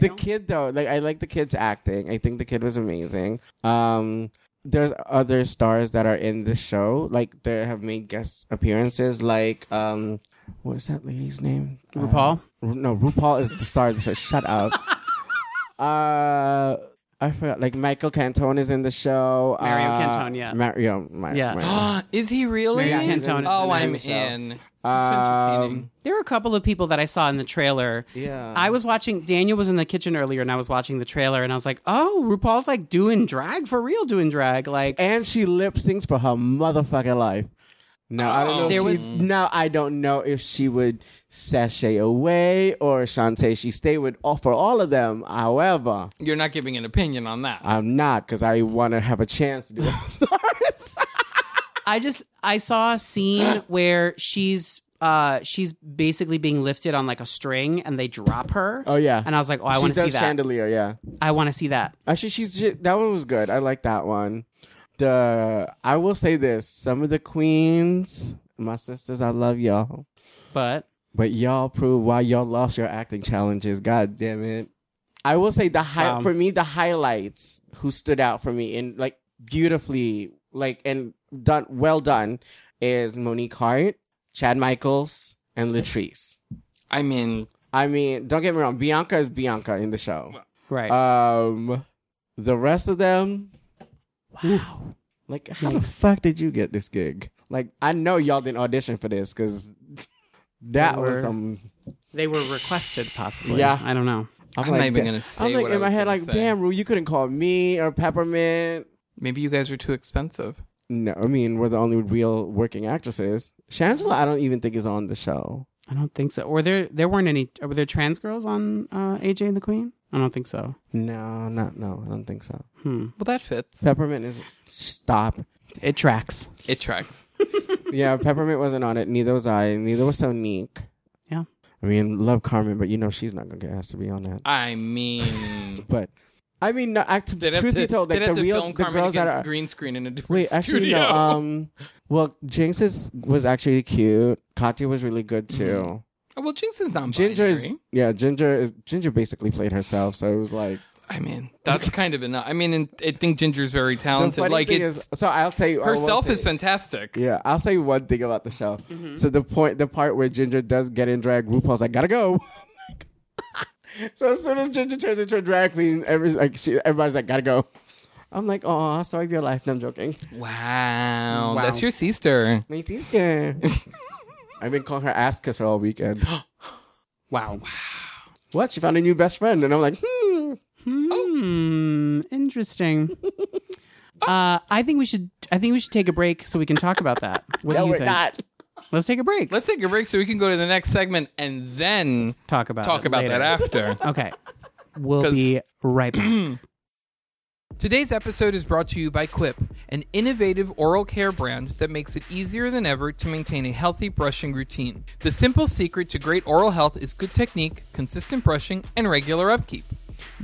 Speaker 3: The kid though, like I like the kid's acting. I think the kid was amazing. Um there's other stars that are in the show, like they have made guest appearances, like um what's that lady's name? Uh,
Speaker 2: RuPaul.
Speaker 3: Ru- no, RuPaul is the star of the show. Shut up. Uh I forgot. Like Michael Cantone is in the show.
Speaker 2: Mario
Speaker 3: uh,
Speaker 2: Cantone, yeah.
Speaker 3: Mario, Mar-
Speaker 2: Yeah.
Speaker 3: Mario.
Speaker 1: Is he really?
Speaker 2: Maria Cantone is
Speaker 1: Oh,
Speaker 2: the name
Speaker 1: I'm
Speaker 3: of the show.
Speaker 1: in. It's entertaining.
Speaker 3: Um,
Speaker 2: There were a couple of people that I saw in the trailer.
Speaker 3: yeah.
Speaker 2: I was watching. Daniel was in the kitchen earlier, and I was watching the trailer, and I was like, "Oh, RuPaul's like doing drag for real, doing drag." Like,
Speaker 3: and she lip syncs for her motherfucking life. Now I don't know.
Speaker 1: Oh.
Speaker 3: If
Speaker 1: There
Speaker 3: she's- now I don't know if she would sashay away or Shantae. She stayed with all for all of them. However,
Speaker 1: You're not giving an opinion on that.
Speaker 3: I'm not because I want to have a chance to do all stars.
Speaker 2: I just I saw a scene where she's uh she's basically being lifted on like a string and they drop her.
Speaker 3: Oh yeah.
Speaker 2: And I was like, "Oh, I
Speaker 3: She
Speaker 2: want to see
Speaker 3: does
Speaker 2: that.
Speaker 3: Chandelier, yeah.
Speaker 2: I want to see that."
Speaker 3: Actually, she's she, that one was good. I like that one. The I will say this: some of the queens, my sisters, I love y'all,
Speaker 2: But
Speaker 3: but y'all prove why y'all lost your acting challenges. God damn it! I will say the high
Speaker 1: Um,
Speaker 2: Wow.
Speaker 3: for me the highlights who stood out for me and like beautifully like and done well done is Monique Hart, Chad Michaels, and Latrice.
Speaker 1: I mean,
Speaker 3: I mean, don't get me wrong, Bianca is Bianca in the show.
Speaker 2: right.
Speaker 3: Um, the rest of them, wow. Like, how the fuck did you get this gig? Like, I know y'all didn't audition for this because that
Speaker 2: They were-
Speaker 3: was some.
Speaker 2: they were requested possibly.
Speaker 3: Yeah.
Speaker 2: I don't know.
Speaker 1: I'm,
Speaker 3: like,
Speaker 1: not even
Speaker 3: da-
Speaker 1: gonna say.
Speaker 3: I'm like
Speaker 1: what
Speaker 3: in
Speaker 1: I
Speaker 3: my
Speaker 1: was
Speaker 3: head,
Speaker 1: gonna
Speaker 3: like,
Speaker 1: say.
Speaker 3: damn, Rue, you couldn't call me or Peppermint.
Speaker 1: Maybe you guys are too expensive.
Speaker 3: No, I mean we're the only real working actresses. Shangela, I don't even think is on the show.
Speaker 2: I don't think so. Or there there weren't any were there trans girls on uh AJ and the Queen? I don't think so.
Speaker 3: No, not no, I don't think so.
Speaker 2: Hmm.
Speaker 1: Well, that fits.
Speaker 3: Peppermint is stop.
Speaker 2: It tracks.
Speaker 1: It tracks.
Speaker 3: yeah, Peppermint wasn't on it. Neither was I. Neither was Sonique.
Speaker 2: Yeah.
Speaker 3: I mean, love Carmen, but you know she's not gonna get asked to be on that.
Speaker 1: I mean,
Speaker 3: But I mean, no, act-
Speaker 1: they'd have
Speaker 3: truth
Speaker 1: to,
Speaker 3: be told,
Speaker 1: they'd
Speaker 3: like
Speaker 1: have to
Speaker 3: the real
Speaker 1: film
Speaker 3: the
Speaker 1: Carmen
Speaker 3: girls that
Speaker 1: against
Speaker 3: are
Speaker 1: green screen in a different
Speaker 3: wait, actually
Speaker 1: studio.
Speaker 3: no. Um, well, Jinx is was actually cute. Katya was really good too.
Speaker 1: Oh, well, Jinx is not
Speaker 3: Ginger is yeah. Ginger is Ginger basically played herself, so it was like
Speaker 1: I mean, that's kind of enough. I mean, and I think Ginger's very
Speaker 3: the
Speaker 1: talented.
Speaker 3: funny
Speaker 1: Like
Speaker 3: thing
Speaker 1: it's
Speaker 3: is, so I'll tell you I will
Speaker 1: herself
Speaker 3: say-
Speaker 1: is fantastic.
Speaker 3: Yeah, I'll say one thing about the show. So the point, the part where Ginger does get in drag, RuPaul's like, "Gotta go." so as soon as Ginger turns into a drag queen, every, like she, everybody's like, "Gotta go." I'm like, "Oh, sorry for your life." No, I'm joking.
Speaker 1: Wow,
Speaker 3: Wow.
Speaker 1: that's your sister.
Speaker 3: My sister. I've been calling her ass kiss her all weekend.
Speaker 2: Wow.
Speaker 3: what? She found a new best friend, and I'm like, hmm.
Speaker 2: Hmm. Interesting. uh, I think we should. I think we should take a break so we can talk about that. What
Speaker 3: no,
Speaker 2: do you
Speaker 3: we're
Speaker 2: think?
Speaker 3: not.
Speaker 2: Let's take a break.
Speaker 1: Let's take a break so we can go to the next segment and then
Speaker 2: talk about
Speaker 1: talk
Speaker 2: it
Speaker 1: about
Speaker 2: later.
Speaker 1: that after.
Speaker 2: Okay. We'll be right back.
Speaker 1: Today's episode is brought to you by Quip, an innovative oral care brand that makes it easier than ever to maintain a healthy brushing routine. The simple secret to great oral health is good technique, consistent brushing, and regular upkeep.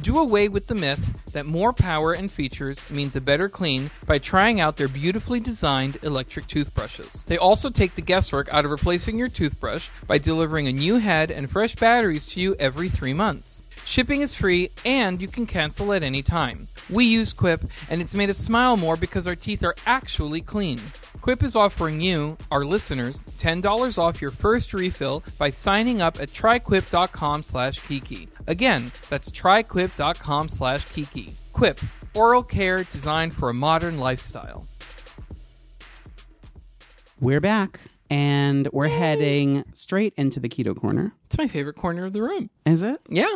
Speaker 1: Do away with the myth that more power and features means a better clean by trying out their beautifully designed electric toothbrushes. They also take the guesswork out of replacing your toothbrush by delivering a new head and fresh batteries to you every three months. Shipping is free and you can cancel at any time. We use Quip and it's made us smile more because our teeth are actually clean. Quip is offering you, our listeners, $10 off your first refill by signing up at tryquip.com slash kiki. Again, that's tryquip.com slash kiki. Quip, oral care designed for a modern lifestyle.
Speaker 2: We're back, and we're heading straight into the keto corner.
Speaker 1: It's my favorite corner of the room.
Speaker 2: Is it?
Speaker 1: Yeah.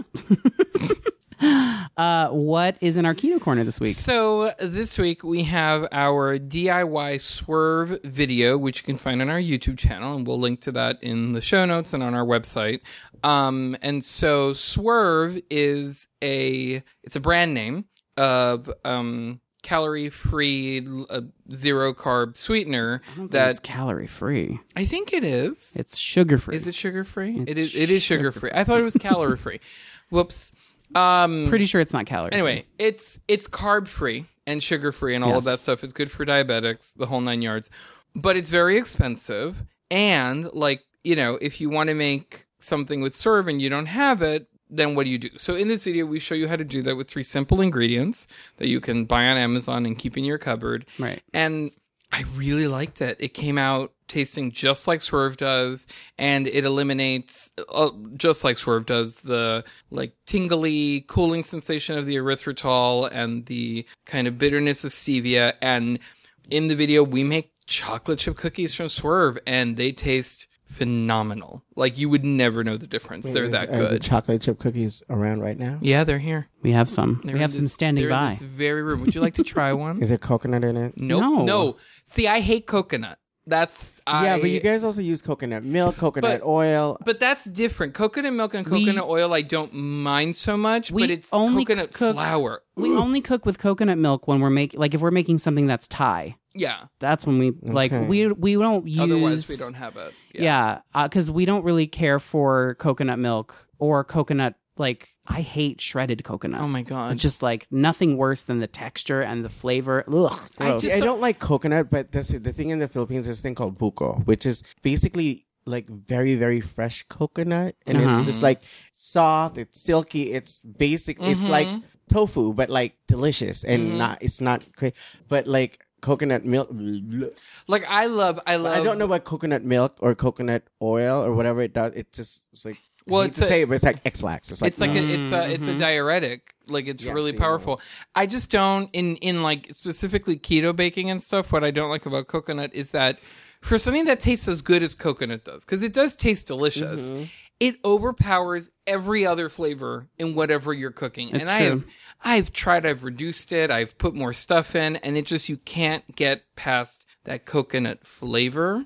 Speaker 2: Uh, what is in our keto corner this week?
Speaker 1: So this week we have our DIY swerve video, which you can find on our YouTube channel, and we'll link to that in the show notes and on our website. Um, and so swerve is a it's a brand name of um, calorie free uh, zero carb sweetener
Speaker 2: That's
Speaker 1: that
Speaker 2: calorie free.
Speaker 1: I think it is.
Speaker 2: It's sugar free.
Speaker 1: Is it sugar free? It is. It is sugar free. I thought it was calorie free. Whoops. Um,
Speaker 2: Pretty sure it's not calorie.
Speaker 1: Anyway, it's it's carb free and sugar free and all of that
Speaker 2: Yes.
Speaker 1: stuff. It's good for diabetics, the whole nine yards. But it's very expensive. And like, you know, if you want to make something with serve and you don't have it, then what do you do? So in this video, we show you how to do that with three simple ingredients that you can buy on Amazon and keep in your cupboard.
Speaker 2: Right.
Speaker 1: And I really liked it. It came out tasting just like Swerve does, and it eliminates, uh, just like Swerve does, the like tingly cooling sensation of the erythritol and the kind of bitterness of stevia. And in the video, we make chocolate chip cookies from Swerve, and they taste phenomenal. Like you would never know the difference. They're that
Speaker 3: Are The
Speaker 1: good.
Speaker 3: chocolate chip cookies around right now.
Speaker 1: Yeah, they're here.
Speaker 2: We have some.
Speaker 1: They're
Speaker 2: we
Speaker 1: in
Speaker 2: have some
Speaker 1: this-
Speaker 2: standing
Speaker 1: they're in
Speaker 2: by.
Speaker 1: this very room. Would you like to try one?
Speaker 3: Is there coconut in it?
Speaker 1: Nope.
Speaker 2: No.
Speaker 1: No. See, I hate coconut. That's I,
Speaker 3: yeah, but you guys also use coconut milk, coconut
Speaker 1: But-
Speaker 3: oil.
Speaker 1: But that's different. Coconut milk and
Speaker 2: We-
Speaker 1: coconut oil, I don't mind so much.
Speaker 2: We
Speaker 1: But it's
Speaker 2: only
Speaker 1: coconut
Speaker 2: cook-
Speaker 1: flour.
Speaker 2: We only cook with coconut milk when we're making, like, if we're making something that's Thai.
Speaker 1: Yeah.
Speaker 2: That's when we like
Speaker 3: Okay.
Speaker 2: we we don't use
Speaker 1: Otherwise, we don't have it.
Speaker 2: yeah, because we don't really care for coconut milk or coconut. Like I hate shredded coconut.
Speaker 1: Oh my god.
Speaker 2: It's just like nothing worse than the texture and the flavor. Ugh.
Speaker 3: I,
Speaker 1: Gross.
Speaker 3: just, I don't like coconut, but this, the thing in the Philippines is this thing called buko, which is basically like very, very fresh coconut. And
Speaker 2: Uh-huh.
Speaker 3: it's just like soft, it's silky, it's basic, it's like tofu, but like delicious and not, it's not crazy. But like coconut milk,
Speaker 1: Like I love, I love.
Speaker 3: I don't know what coconut milk or coconut oil or whatever it does. It just, it's like,
Speaker 1: Well,
Speaker 3: well, it's
Speaker 1: it's
Speaker 3: to
Speaker 1: a-
Speaker 3: say it, but it's like X-Lax. It's like,
Speaker 1: it's like a, it's a it's a diuretic. Like it's
Speaker 3: Yeah,
Speaker 1: really
Speaker 3: see,
Speaker 1: powerful. I just don't in in like specifically keto baking and stuff. What I don't like about coconut is that for something that tastes as good as coconut does, because it does taste delicious, it overpowers every other flavor in whatever you're cooking. and
Speaker 2: It's
Speaker 1: I've
Speaker 2: true.
Speaker 1: I've tried, I've reduced it, I've put more stuff in, and it just you can't get past that coconut flavor.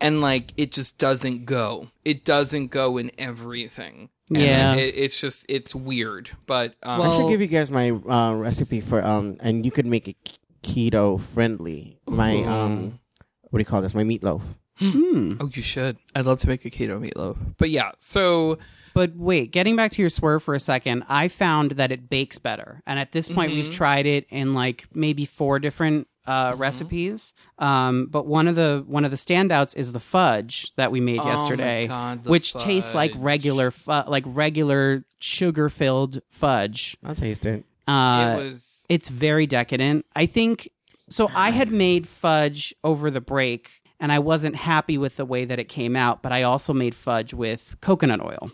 Speaker 1: And like it just doesn't go. It doesn't go in everything. And
Speaker 2: Yeah.
Speaker 1: it, it's just it's weird. But um,
Speaker 3: I should
Speaker 2: Well-
Speaker 3: give you guys my uh, recipe for um, and you could make it keto friendly. My um, what do you call this? My meatloaf.
Speaker 2: Hmm.
Speaker 1: oh, you should. I'd love to make a keto meatloaf. But yeah, so
Speaker 2: But wait, getting back to your swerve for a second, I found that it bakes better. And at this point,
Speaker 1: Mm-hmm.
Speaker 2: we've tried it in like maybe four different uh, recipes. Um, but one of the one of the standouts is the fudge that we made
Speaker 1: Oh my
Speaker 2: yesterday,
Speaker 1: God, the
Speaker 2: which tastes like
Speaker 1: fudge.
Speaker 2: regular fu- like regular sugar filled fudge.
Speaker 3: I'll taste it.
Speaker 1: it
Speaker 2: Uh,
Speaker 1: was
Speaker 2: it's very decadent. I think so. I
Speaker 1: Mm.
Speaker 2: had made fudge over the break, and I wasn't happy with the way that it came out. But I also made fudge with coconut oil.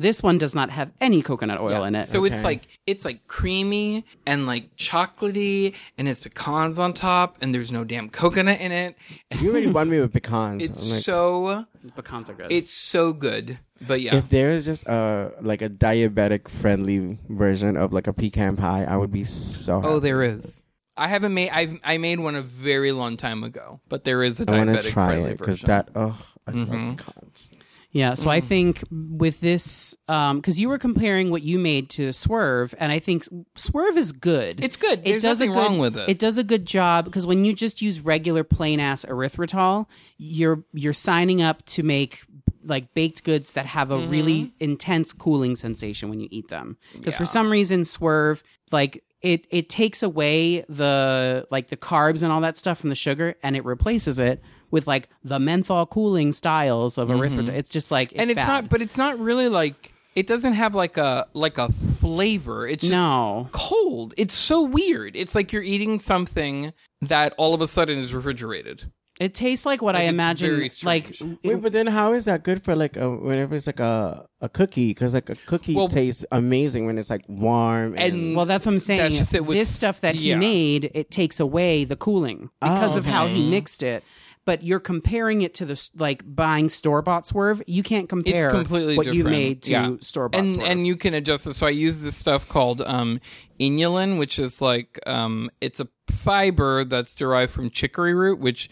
Speaker 2: This one does not have any coconut oil in it.
Speaker 1: mm-hmm. so it's like it's like creamy and like chocolatey and it's pecans on top and there's no damn coconut in it.
Speaker 3: You already won me with pecans.
Speaker 1: It's
Speaker 3: I'm like,
Speaker 1: so
Speaker 2: pecans are good.
Speaker 1: it's so good. But yeah.
Speaker 3: if there is just a like a diabetic friendly version of like a pecan pie, I would be so.
Speaker 1: oh,
Speaker 3: happy.
Speaker 1: there is. I haven't made. I've I made one a very long time ago, but there is a
Speaker 3: I want
Speaker 1: diabetic
Speaker 3: to try
Speaker 1: friendly
Speaker 3: it because
Speaker 1: version. Mm-hmm.
Speaker 3: that. Oh, I love pecans.
Speaker 2: yeah. So I
Speaker 1: Mm.
Speaker 2: think with this, because you were comparing what you made to swerve, and I think swerve is good.
Speaker 1: it's good. There's nothing
Speaker 2: good,
Speaker 1: wrong with it.
Speaker 2: It does a good job because when you just use regular plain ass erythritol, you're you're signing up to make like baked goods that have a really
Speaker 1: Mm-hmm.
Speaker 2: intense cooling sensation when you eat them. Because for some reason, swerve like it it takes away the like the carbs and all that stuff from the sugar and it replaces it with like the menthol cooling styles of erythritol. It's just like it's
Speaker 1: Mm-hmm. and it's
Speaker 2: bad.
Speaker 1: not but it's not really like it doesn't have like a like a flavor it's just
Speaker 2: no.
Speaker 1: cold it's so weird it's like you're eating something that all of a sudden is refrigerated
Speaker 2: It tastes like what I
Speaker 1: it's
Speaker 2: imagine
Speaker 1: very
Speaker 2: like
Speaker 1: strange.
Speaker 3: Wait, but then how is that good for like a, whenever it's like a a cookie? Because like a cookie
Speaker 1: Well-
Speaker 3: tastes amazing when it's like warm and,
Speaker 1: And-
Speaker 2: Well, that's what I'm saying.
Speaker 1: That's just it was-
Speaker 2: this stuff that he
Speaker 1: yeah. Oh,
Speaker 2: made, it takes away the cooling because of how he mixed it. But you're comparing it to the s- like buying store bought swerve. You can't compare
Speaker 1: completely
Speaker 2: what you
Speaker 1: different.
Speaker 2: made to
Speaker 1: Yeah.
Speaker 2: store bought
Speaker 1: and
Speaker 2: swerve.
Speaker 1: and you can adjust it so i use this stuff called um inulin which is like um it's a fiber that's derived from chicory root which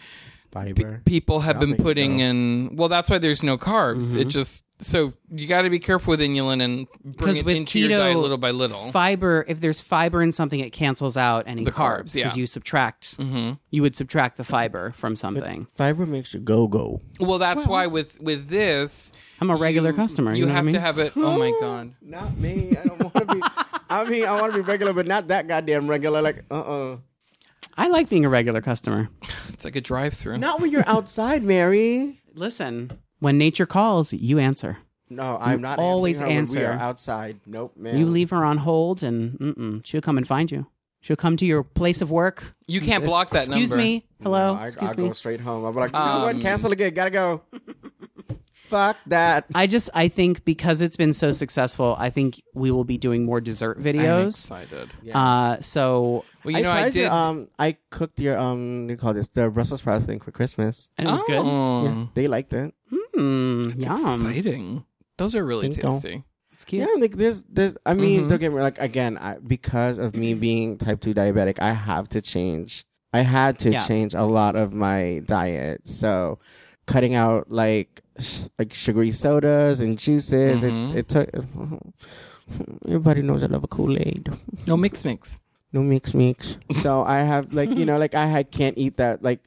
Speaker 3: fiber.
Speaker 1: people
Speaker 2: Oh,
Speaker 1: have been putting in well that's why there's no carbs
Speaker 2: Mm-hmm.
Speaker 1: it just so you got to be careful with inulin and bring
Speaker 2: because
Speaker 1: it
Speaker 2: with
Speaker 1: into
Speaker 2: keto,
Speaker 1: your diet little by little
Speaker 2: fiber. If there's fiber in something, it cancels out any carbs
Speaker 1: carbs, yeah. Mm-hmm.
Speaker 2: you subtract. You would subtract the fiber from something.
Speaker 3: Fiber makes you go go.
Speaker 1: Well, that's why with with this,
Speaker 2: I'm a regular
Speaker 1: you-
Speaker 2: customer. You,
Speaker 1: You,
Speaker 2: know what I
Speaker 1: have
Speaker 2: mean?
Speaker 1: to have it. Oh my god.
Speaker 3: Not me. I don't want to be. I mean, I want to be regular, but not that goddamn regular. Like, uh, uh
Speaker 2: I like being a regular customer.
Speaker 1: It's like a drive-through.
Speaker 3: Not when you're outside, Mary.
Speaker 2: Listen, when nature calls, you answer.
Speaker 3: No, I'm not.
Speaker 2: always
Speaker 3: answering her when
Speaker 2: answer.
Speaker 3: We are outside. Nope, man.
Speaker 2: You leave her on hold, and mm-mm, she'll come and find you. She'll come to your place of work.
Speaker 1: You can't block that
Speaker 2: Excuse
Speaker 1: number.
Speaker 2: me.
Speaker 3: No,
Speaker 2: Hello.
Speaker 3: I,
Speaker 2: Excuse
Speaker 3: I'll
Speaker 2: me.
Speaker 3: go straight home. I'll be like, you know what? Cancel again. Gotta go. Fuck that.
Speaker 2: I just I think because it's been so successful, I think we will be doing more dessert
Speaker 1: I'm
Speaker 2: videos.
Speaker 1: excited.
Speaker 2: Uh, so
Speaker 1: Well, you know,
Speaker 3: I
Speaker 1: I
Speaker 3: tried
Speaker 1: did.
Speaker 3: Your, um, I cooked your um, what do you call this the Brussels sprouts thing for Christmas.
Speaker 2: and it was
Speaker 1: oh,
Speaker 3: They liked it.
Speaker 2: good. Mm, yum.
Speaker 3: Um.
Speaker 1: exciting. Those are really
Speaker 3: Bingo.
Speaker 1: tasty.
Speaker 2: It's cute.
Speaker 3: Yeah, like there's, there's. I mean,
Speaker 2: Mm-hmm.
Speaker 3: don't get me wrong, like again, I, because of me being type two diabetic, I have to change. I had to
Speaker 2: Yeah.
Speaker 3: change a lot of my diet. So, cutting out like sh- like sugary sodas
Speaker 2: Mm-hmm.
Speaker 3: and juices. It, it took. Everybody knows I love a Kool Aid.
Speaker 1: No mix mix.
Speaker 3: no mix mix. so I have like you know like I, I can't eat that like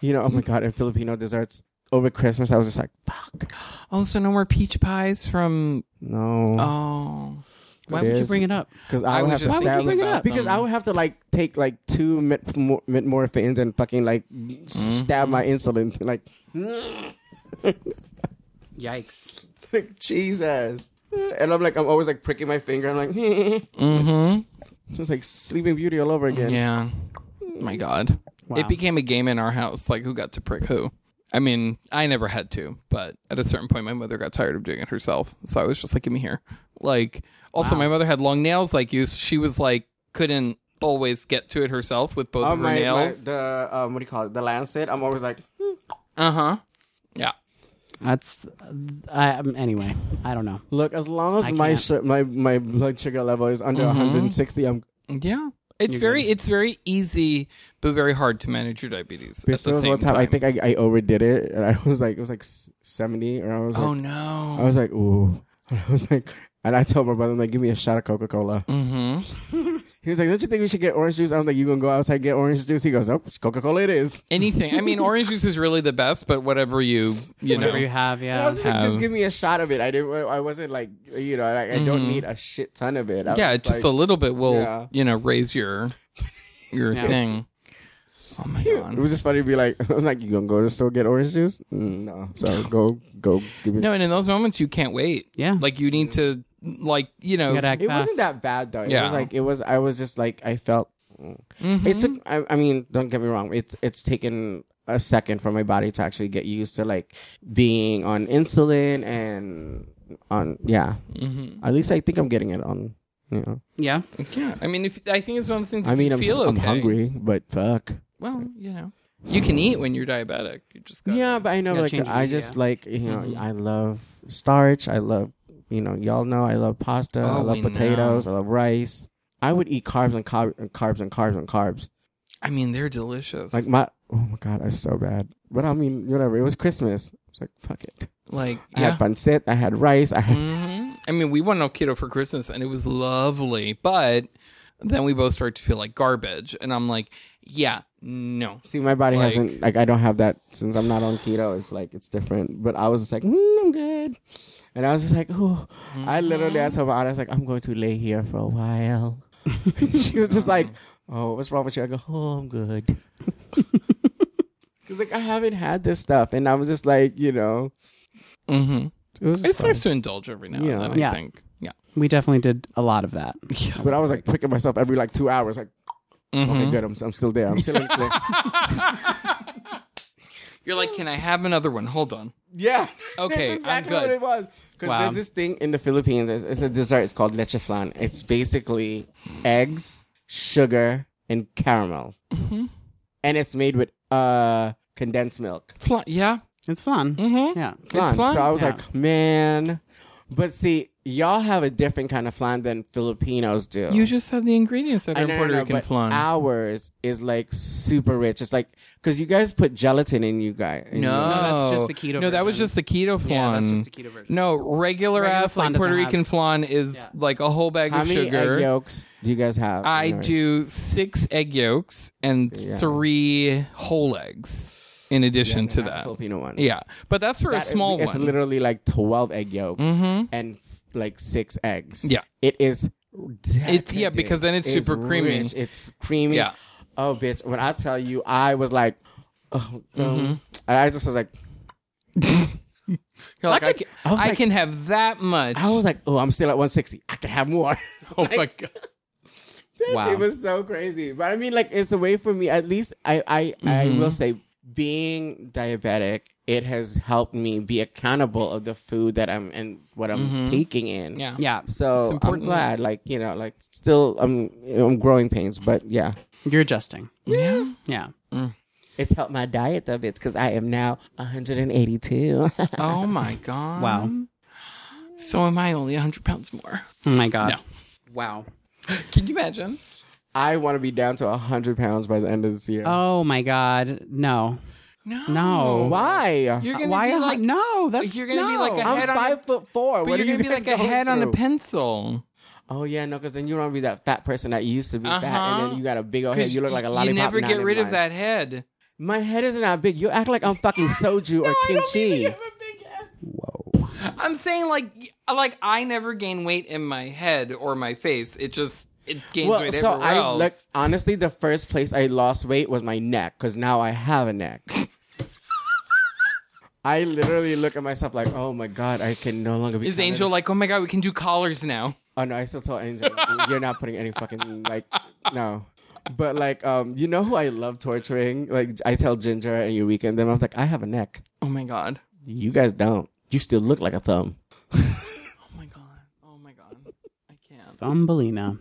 Speaker 3: you know oh my god and Filipino desserts over Christmas I was just like fuck
Speaker 1: Oh, so no more peach pies from.
Speaker 3: no
Speaker 1: Oh.
Speaker 2: Why would you bring it up?
Speaker 3: because I, would have to
Speaker 2: just
Speaker 3: stab
Speaker 2: thinking it
Speaker 3: it.
Speaker 2: up?
Speaker 3: because
Speaker 1: Um,
Speaker 3: I would have to like take like two metmor- metmorphins and fucking like stab my
Speaker 1: Mm-hmm.
Speaker 3: insulin like
Speaker 2: Yikes.
Speaker 3: like Jesus. And I'm like, I'm always like pricking my finger. I'm like,
Speaker 1: Mm-hmm.
Speaker 3: just like Sleeping Beauty all over again.
Speaker 1: Yeah. Oh My God. It became a game in our house, like who got to prick who. I mean, I never had to, but at a certain point, my mother got tired of doing it herself. So I was just like, give me here. Like, also, my mother had long nails like you. So she was like, couldn't always get to it herself with both
Speaker 3: Oh
Speaker 1: of her
Speaker 3: my, my
Speaker 1: nails.
Speaker 3: the um, what do you call it? The lancet. I'm always like,
Speaker 1: Uh huh. Yeah.
Speaker 2: That's. I, um, anyway, I don't know.
Speaker 3: look, as long as my
Speaker 2: can't.
Speaker 3: su- my my blood sugar level is under
Speaker 1: Mm-hmm.
Speaker 3: 160, I'm.
Speaker 1: Yeah. It's very, it's very easy, but very hard to manage your diabetes. At
Speaker 3: Because there
Speaker 1: the
Speaker 3: was
Speaker 1: same
Speaker 3: one time,
Speaker 1: time,
Speaker 3: I think I, I overdid it, and I was like, it was like s- 70, or I was like,
Speaker 1: oh no.
Speaker 3: I was like, ooh, and I was like, and I told my brother, I'm like, give me a shot of Coca Cola.
Speaker 1: Mm-hmm.
Speaker 3: He was like, don't you think we should get orange juice? I'm like, you gonna go outside and get orange juice? He goes, oh, Coca Cola it is.
Speaker 1: Anything. I mean, orange juice is really the best, but whatever you, you
Speaker 2: Whatever
Speaker 1: know.
Speaker 2: you have,
Speaker 3: And I
Speaker 2: yeah.
Speaker 3: was just like, just
Speaker 1: Um,
Speaker 3: give me a shot of it. I didn't. I wasn't like, you know, I, I don't need a shit ton of it. I
Speaker 1: Mm-hmm. yeah,
Speaker 3: was
Speaker 1: just
Speaker 3: like,
Speaker 1: a little bit will
Speaker 3: Yeah.
Speaker 1: you know raise your your
Speaker 2: Yeah.
Speaker 1: thing. Oh my god!
Speaker 3: It was just funny to be like, I was like, you gonna go to the store get orange juice? Mm, no, so go, go, give me.
Speaker 1: no, and in those moments you can't wait.
Speaker 2: Yeah.
Speaker 1: like you need to like you know.
Speaker 2: You gotta act
Speaker 3: it
Speaker 2: fast.
Speaker 3: wasn't that bad though. It
Speaker 1: Yeah.
Speaker 3: was like it was. I was just like, I felt. mm.
Speaker 1: Mhm.
Speaker 3: It took. I, I mean, don't get me wrong. It's it's taken a second for my body to actually get used to like being on insulin and on yeah.
Speaker 1: Mhm.
Speaker 3: At least I think I'm getting it on. You know,
Speaker 2: yeah.
Speaker 1: Yeah, I mean, if I think it's one of the things.
Speaker 3: I
Speaker 1: if
Speaker 3: mean,
Speaker 1: you
Speaker 3: I'm s-
Speaker 1: feel okay,
Speaker 3: I'm hungry, but fuck.
Speaker 1: Well, you know, you can eat when you're diabetic. You just got
Speaker 3: Yeah, but I know,
Speaker 2: gotta
Speaker 3: like,
Speaker 2: change your
Speaker 3: I
Speaker 2: media.
Speaker 3: just like, you know,
Speaker 1: Mhm.
Speaker 3: I love starch. I love, you know, y'all know I love pasta. I
Speaker 1: Oh,
Speaker 3: love
Speaker 1: we
Speaker 3: potatoes. I love rice. I would eat carbs and, carb- and carbs and carbs and carbs.
Speaker 1: I mean, they're delicious.
Speaker 3: Like, my, oh my God, that's so bad. But I mean, whatever. It was Christmas. It's like, fuck it.
Speaker 1: like
Speaker 3: I
Speaker 1: yeah.
Speaker 3: had pancit. I had rice. I had,
Speaker 1: Mhm. I mean, we went off keto for Christmas and it was lovely, but then we both start to feel like garbage, and I'm like, yeah, no,
Speaker 3: see, my body
Speaker 1: Like-
Speaker 3: hasn't, like, I don't have that since I'm not on keto. It's like, it's different. But I was just like, mm, I'm good. And I was just like, oh, I literally, I told my aunt, I was like, I'm going to lay here for a while. she was just like, "Oh, what's wrong with you?" I go, "Oh, I'm good." Because like I haven't had this stuff, and I was just like, you know,
Speaker 1: Mm-hmm.
Speaker 3: it was.
Speaker 1: It's
Speaker 3: fun.
Speaker 1: nice to indulge every now
Speaker 3: Yeah.
Speaker 1: and then. I
Speaker 2: Yeah.
Speaker 1: think. Yeah.
Speaker 2: We definitely did a lot of that.
Speaker 1: Yeah.
Speaker 3: but I was like pricking myself every like two hours. Like, okay,
Speaker 1: Mhm.
Speaker 3: good. I'm, I'm still there. I'm still in play.
Speaker 1: You're like, can I have another one? Hold on.
Speaker 3: yeah.
Speaker 1: Okay, I'm
Speaker 3: That's exactly
Speaker 1: good.
Speaker 3: what it was. Because
Speaker 1: Wow.
Speaker 3: there's this thing in the Philippines. It's, it's a dessert. It's called leche flan. It's basically eggs, sugar, and caramel,
Speaker 1: Mhm.
Speaker 3: and it's made with uh condensed milk.
Speaker 1: Fla- yeah.
Speaker 2: It's fun.
Speaker 1: Mm-hmm.
Speaker 2: Yeah.
Speaker 3: flan.
Speaker 1: flan,
Speaker 3: So I was
Speaker 2: yeah.
Speaker 3: like, man. But see, y'all have a different kind of flan than Filipinos do.
Speaker 1: You just have the ingredients that
Speaker 3: Oh. I
Speaker 1: are in
Speaker 3: know, no,
Speaker 1: Puerto
Speaker 3: no,
Speaker 1: Rican
Speaker 3: but
Speaker 1: flan.
Speaker 3: Ours is like super rich. It's like because you guys put gelatin in you guys. in
Speaker 1: no.
Speaker 3: your-
Speaker 2: No, that's just the keto
Speaker 1: No, that was
Speaker 2: version.
Speaker 1: just the keto flan.
Speaker 2: Yeah, that's just the keto version.
Speaker 1: No, regular,
Speaker 2: Regular
Speaker 1: ass
Speaker 2: flan
Speaker 1: like Puerto
Speaker 2: doesn't
Speaker 1: Rican
Speaker 2: have-
Speaker 1: flan is
Speaker 2: Yeah.
Speaker 1: like a whole bag
Speaker 3: How
Speaker 1: of
Speaker 3: many
Speaker 1: sugar.
Speaker 3: egg yolks do you guys have? in
Speaker 1: I
Speaker 3: yours?
Speaker 1: do six egg yolks and
Speaker 3: Yeah.
Speaker 1: three whole eggs in addition to
Speaker 3: Not
Speaker 1: that.
Speaker 3: Filipino ones.
Speaker 1: Yeah, but that's for
Speaker 3: That-
Speaker 1: a small
Speaker 3: it's
Speaker 1: one.
Speaker 3: literally like twelve egg yolks
Speaker 1: Mhm.
Speaker 3: and like six eggs.
Speaker 1: Yeah.
Speaker 3: it is.
Speaker 1: It's- yeah, because then it's super creamy.
Speaker 3: rich, It's creamy.
Speaker 1: Yeah.
Speaker 3: Oh, bitch! When I tell you, I was like, oh,
Speaker 1: Mm-hmm.
Speaker 3: um, and I just was like,
Speaker 1: You're like, I,
Speaker 3: I
Speaker 1: can,
Speaker 3: could- I was
Speaker 1: I
Speaker 3: like-
Speaker 1: can have that much.
Speaker 3: I was like, oh, I'm still at 160. I could have more.
Speaker 1: oh my god.
Speaker 3: Bitch,
Speaker 2: Wow.
Speaker 3: It was so crazy. But I mean, like, it's a way for me. At least I, I,
Speaker 1: Mm-hmm.
Speaker 3: I will say, being diabetic, it has helped me be accountable of the food that I'm and what I'm taking in.
Speaker 1: Mm-hmm. Yeah.
Speaker 2: Yeah.
Speaker 1: It's
Speaker 3: So I'm
Speaker 1: important.
Speaker 3: glad, like you know, like still, I'm I'm growing pains, but yeah,
Speaker 2: You're adjusting.
Speaker 1: Yeah.
Speaker 2: Yeah.
Speaker 3: it's helped my diet of it because I am now 182.
Speaker 1: Oh my god.
Speaker 2: Wow.
Speaker 1: So am I only 100 pounds more.
Speaker 2: Oh my God.
Speaker 1: No.
Speaker 2: Wow.
Speaker 1: Can you imagine?
Speaker 3: I want to be down to 100 pounds by the end of this year.
Speaker 2: Oh my God. No.
Speaker 1: No.
Speaker 2: No.
Speaker 3: Why?
Speaker 1: You're going to
Speaker 2: Why?
Speaker 1: be
Speaker 2: a hun-
Speaker 1: like
Speaker 2: no. That's
Speaker 1: you're gonna be
Speaker 2: no.
Speaker 1: like a
Speaker 3: I'm
Speaker 1: head on a-
Speaker 3: five foot four.
Speaker 1: but
Speaker 3: what
Speaker 1: you're
Speaker 3: are
Speaker 1: going
Speaker 3: you
Speaker 1: to be
Speaker 3: guys
Speaker 1: like a
Speaker 3: going
Speaker 1: head on a
Speaker 3: through?
Speaker 1: pencil.
Speaker 3: Oh yeah, no, because then you don't wanna be that fat person that you used to be fat, and
Speaker 1: Uh-huh.
Speaker 3: then you got a big old head. You look like a lollipop.
Speaker 1: You never
Speaker 3: not
Speaker 1: get
Speaker 3: in
Speaker 1: rid of
Speaker 3: mine.
Speaker 1: that head.
Speaker 3: My head isn't that big. You act like I'm fucking soju or kimchi.
Speaker 2: Whoa.
Speaker 1: I'm saying like like I never gain weight in my head or my face. It just it gains
Speaker 3: Well,
Speaker 1: weight
Speaker 3: so
Speaker 1: everywhere
Speaker 3: I
Speaker 1: else.
Speaker 3: look honestly. The first place I lost weight was my neck, because now I have a neck. I literally look at myself like, oh my god, I can no longer be.
Speaker 1: Is
Speaker 3: counted."
Speaker 1: Angel like, oh my god, we can do collars now?
Speaker 3: Oh no, I still tell Angel, you're not putting any fucking like no. But like, um, you know who I love torturing? Like, I tell Ginger and Eureka, and then I was like, I have a neck.
Speaker 1: Oh my god.
Speaker 3: You guys don't. You still look like a thumb.
Speaker 1: Oh my god. Oh my god. I can't.
Speaker 2: Thumbelina.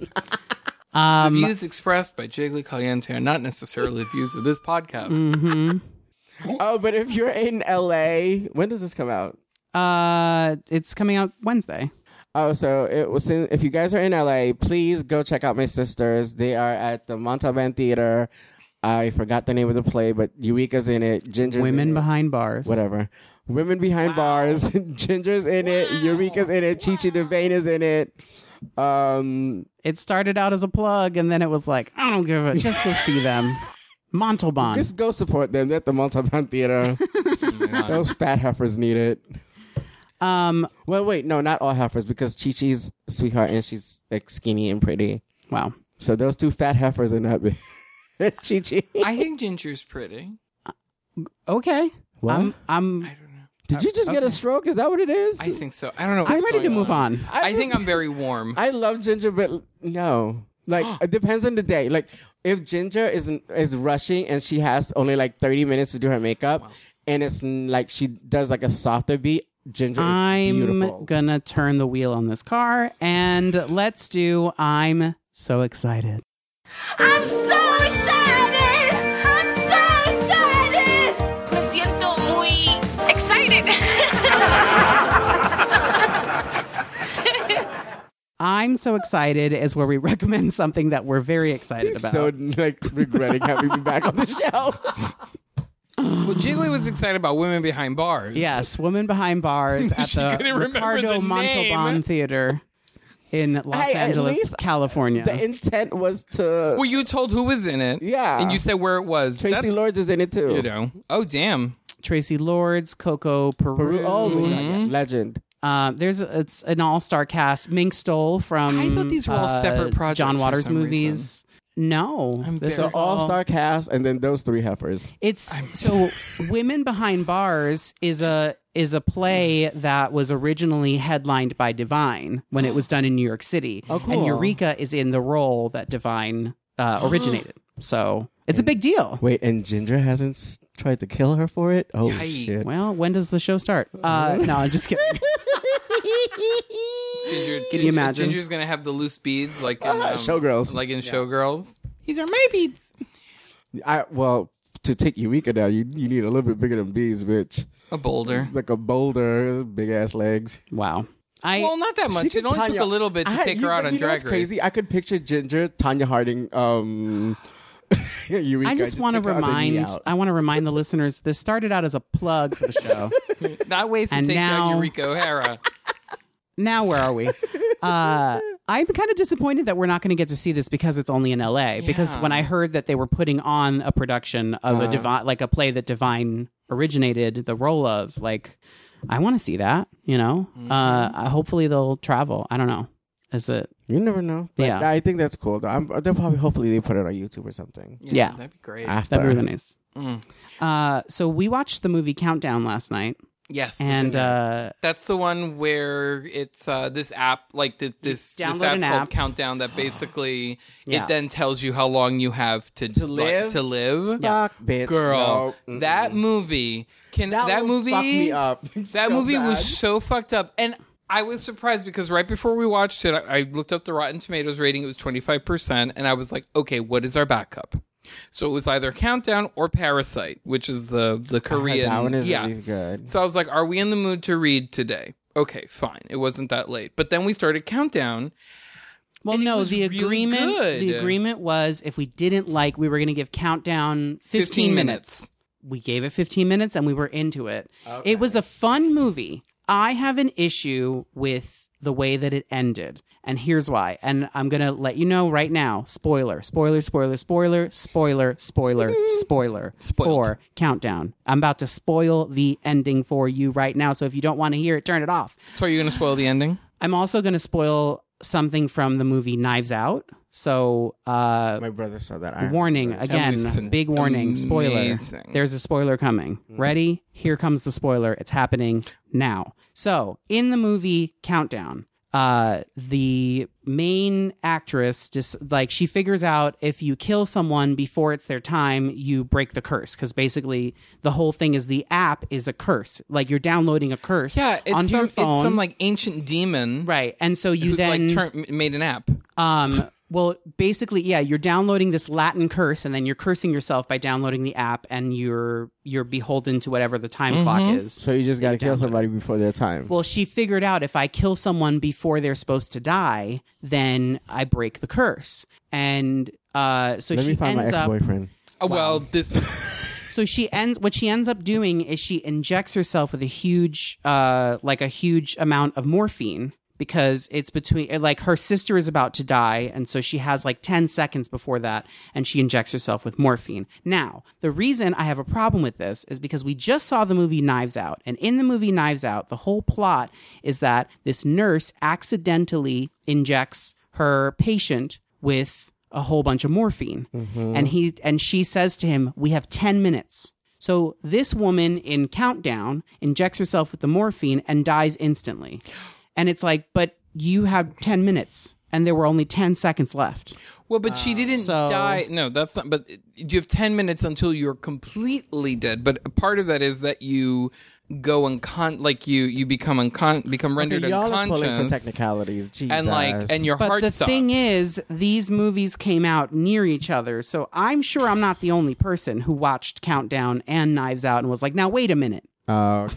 Speaker 2: Um,
Speaker 1: the views expressed by Jiggly Caliente are not necessarily the views of this podcast.
Speaker 3: Mm.
Speaker 2: mhm.
Speaker 3: Oh, but if you're in LA, when does this come out?
Speaker 2: Uh, it's coming out Wednesday.
Speaker 3: Oh, so it was in, if you guys are in LA, please go check out my sisters. They are at the Montalban Theater. I forgot the name of the play, but Eureka's in it. Ginger's in
Speaker 2: Women
Speaker 3: it.
Speaker 2: behind bars.
Speaker 3: whatever. Women behind bars, Ginger's in it, Eureka's in it, Chichi Devane is in it. Um,
Speaker 2: It started out as a plug, and then it was like, I don't give a. Just go see them. Montalban.
Speaker 3: just go support them. They're at the Montalban Theater.
Speaker 1: Oh my God.
Speaker 3: Those fat heifers need it.
Speaker 2: um.
Speaker 3: Well, wait, no, not all heifers because Chichi's sweetheart and she's like skinny and pretty.
Speaker 2: Wow.
Speaker 3: So those two fat heifers in that bit. Chichi.
Speaker 1: I think Ginger's pretty.
Speaker 2: Okay.
Speaker 3: What?
Speaker 2: I'm.
Speaker 1: I
Speaker 2: I'm.
Speaker 1: don't know.
Speaker 3: Did you just get a stroke? Is that what it is?
Speaker 1: I think so. I don't know.
Speaker 2: I'm
Speaker 1: what's
Speaker 2: ready to
Speaker 1: going
Speaker 2: move on.
Speaker 1: I think I'm very warm.
Speaker 3: I love ginger, but no. Like it depends on the day. Like if Ginger is is rushing and she has only like thirty minutes to do her makeup, and it's n- like she does like a softer beat. Ginger is beautiful.
Speaker 2: I'm gonna turn the wheel on this car, and let's do. I'm so excited.
Speaker 4: I'm so excited! I'm so excited!
Speaker 5: Me siento muy excited.
Speaker 2: I'm so excited is where we recommend something that we're very excited about.
Speaker 3: so like regretting having me back on the show.
Speaker 1: Well, Jiggly was excited about women behind bars.
Speaker 2: yes, woman behind bars at
Speaker 1: She
Speaker 2: the
Speaker 1: couldn't remember
Speaker 2: Ricardo
Speaker 1: the
Speaker 2: Montalban
Speaker 1: name.
Speaker 2: Theater in Los
Speaker 3: Hey, at
Speaker 2: Angeles,
Speaker 3: least
Speaker 2: California.
Speaker 3: the intent was to
Speaker 1: Well, you told who was in it.
Speaker 3: Yeah.
Speaker 1: And you said where it was.
Speaker 3: Tracy
Speaker 1: That's-
Speaker 3: Lords is in it too.
Speaker 1: You know. Oh, damn.
Speaker 2: Tracy Lords, Coco Peru.
Speaker 3: Peru- oh my God, yeah,
Speaker 1: Mm-hmm.
Speaker 3: legend.
Speaker 2: Um, there's it's an all-star cast. Mink Stoll from
Speaker 1: I thought these were all
Speaker 2: uh,
Speaker 1: separate projects
Speaker 2: John
Speaker 1: for
Speaker 2: Waters
Speaker 1: some
Speaker 2: movies. No,
Speaker 1: I'm
Speaker 2: this
Speaker 1: very-
Speaker 2: is
Speaker 3: All star cast, and then those three heifers.
Speaker 2: It's so Women Behind Bars is a is a play that was originally headlined by Divine when it was done in New York City. Oh,
Speaker 3: cool.
Speaker 2: And Eureka is in the role that Divine uh, originated. So it's a big deal.
Speaker 3: Wait, and Ginger hasn't s- tried to kill her for it? Oh
Speaker 1: Yikes.
Speaker 3: shit!
Speaker 2: Well, when does the show start? Uh, no, I'm just kidding.
Speaker 1: Ginger, Can
Speaker 2: you imagine?
Speaker 1: Ginger's gonna have the loose beads like in
Speaker 3: Ah,
Speaker 1: um,
Speaker 3: Showgirls.
Speaker 1: Like in Showgirls. These are my beads.
Speaker 3: I well to take Eureka down, you you need a little bit bigger than bees, bitch.
Speaker 1: A boulder.
Speaker 3: Like a boulder, big ass legs.
Speaker 2: Wow. I
Speaker 1: Well, not that much.
Speaker 3: She
Speaker 1: It
Speaker 3: could
Speaker 1: only
Speaker 3: Tanya-
Speaker 1: took a little bit to
Speaker 3: I-
Speaker 1: take
Speaker 3: you-
Speaker 1: her out on
Speaker 3: you know
Speaker 1: Drag
Speaker 3: what's
Speaker 1: Race.
Speaker 3: Crazy. I could picture Ginger Tanya Harding. Um, Eureka.
Speaker 2: I just want to
Speaker 3: take her on the knee
Speaker 2: remind
Speaker 3: oh, out.
Speaker 2: I want to remind the listeners this started out as a plug for the show.
Speaker 1: Not ways to
Speaker 2: And
Speaker 1: take
Speaker 2: now-
Speaker 1: down Eureka O'Hara.
Speaker 2: now where are we? Uh, I'm kind of disappointed that we're not going to get to see this because it's only in LA. Because
Speaker 1: Yeah. Uh-huh.
Speaker 2: when I heard that they were putting on a production of a divine, like a play that Divine originated the role of, like I want to see that. You know,
Speaker 1: Mm-hmm.
Speaker 2: Uh I hopefully they'll travel. I don't know. Is it?
Speaker 3: You never know. But
Speaker 2: Yeah.
Speaker 3: I think that's cool. Though. I'm, they'll probably hopefully they put it on YouTube or something.
Speaker 2: Yeah. Ah.
Speaker 1: That'd be great.
Speaker 3: After.
Speaker 2: That'd be really nice.
Speaker 1: Mm.
Speaker 2: Uh, so we watched the movie Countdown last night,
Speaker 1: Yes.
Speaker 2: and uh,
Speaker 1: That's the one where it's uh, this app, like th- this this
Speaker 2: download
Speaker 1: app
Speaker 2: an
Speaker 1: called
Speaker 2: app.
Speaker 1: Countdown, that basically
Speaker 2: Yeah.
Speaker 1: it then tells you how long you have to to
Speaker 3: live?
Speaker 1: to live.
Speaker 3: Fuck, bitch.
Speaker 1: Girl,
Speaker 3: No. Mm-mm.
Speaker 1: that movie can that,
Speaker 3: one
Speaker 1: movie
Speaker 3: fucked me up.
Speaker 1: That movie was so fucked up, and I was surprised because right before we watched it, I, I looked up the Rotten Tomatoes rating. It was twenty five percent, and I was like, okay, what is our backup? So it was either Countdown or Parasite, which is the the Korean.
Speaker 3: That one is
Speaker 1: yeah,
Speaker 3: really good.
Speaker 1: so I was like, are we in the mood to read today? Okay, fine. It wasn't that late. But then we started countdown.
Speaker 2: Well,
Speaker 1: And it
Speaker 2: no,
Speaker 1: was
Speaker 2: the
Speaker 1: really
Speaker 2: agreement
Speaker 1: good.
Speaker 2: the agreement was if we didn't like, we were going to give countdown 15,
Speaker 1: 15
Speaker 2: minutes. We gave it 15 minutes and we were into it. It was a fun movie. I have an issue with the way that it ended. And here's why. And I'm going to let you know right now spoiler, spoiler, spoiler, spoiler, spoiler, spoiler, spoiler
Speaker 1: Spoiled.
Speaker 2: for Countdown. I'm about to spoil the ending for you right now. So if you don't want to hear it, turn it off.
Speaker 1: So are you going to spoil the ending?
Speaker 2: I'm also going to spoil something from the movie Knives Out. So, uh,
Speaker 3: My brother saw that. I
Speaker 2: warning
Speaker 1: was
Speaker 2: again
Speaker 1: fan-
Speaker 2: big warning spoiler
Speaker 1: amazing. Mm-hmm.
Speaker 2: there's a spoiler coming ready here comes the spoiler it's happening now so in the movie countdown uh the main actress just like she figures out if you kill someone before it's their time you break the curse because basically the whole thing is the app is a curse like you're downloading a curse
Speaker 1: Yeah, it's
Speaker 2: onto
Speaker 1: some,
Speaker 2: your phone
Speaker 1: it's some like ancient demon
Speaker 2: right and so you
Speaker 1: who's
Speaker 2: then
Speaker 1: like turn, m- made an app.
Speaker 2: um, well, basically, yeah, you're downloading this Latin curse, and then you're cursing yourself by downloading the app, and you're you're beholden to whatever the time clock is.
Speaker 3: So you just gotta kill somebody before their time.
Speaker 2: Well, she figured out if I kill someone before they're supposed to die, then I break the curse, and uh, so
Speaker 3: Let
Speaker 2: she
Speaker 3: me find my
Speaker 2: ends up.
Speaker 3: ex-boyfriend.
Speaker 1: Oh, Well, this is
Speaker 2: So she ends. What she ends up doing is she injects herself with a huge, uh, like a huge amount of morphine because it's between like her sister is about to die, and so she has like ten seconds before that, and she injects herself with morphine. Now, the reason I have a problem with this is because we just saw the movie Knives Out, and in the movie Knives Out, the whole plot is that this nurse accidentally injects her patient with a whole bunch of morphine
Speaker 1: Mm-hmm.
Speaker 2: and he and she says to him we have 10 minutes so this woman in countdown injects herself with the morphine and dies instantly and it's like but you have 10 minutes and there were only 10 seconds left
Speaker 1: well, but she didn't
Speaker 2: Uh, so-
Speaker 1: die. No, that's not. But you have ten minutes until you're completely dead. But a part of that is that you go uncon like you you become uncon become rendered
Speaker 3: Okay, y'all are
Speaker 1: unconscious
Speaker 3: pulling for technicalities. Jesus.
Speaker 1: and like and your
Speaker 2: but
Speaker 1: heart
Speaker 2: the
Speaker 1: stops.
Speaker 2: thing is these movies came out near each other so i'm sure i'm not the only person who watched countdown and knives out and was like now wait a minute
Speaker 3: Oh,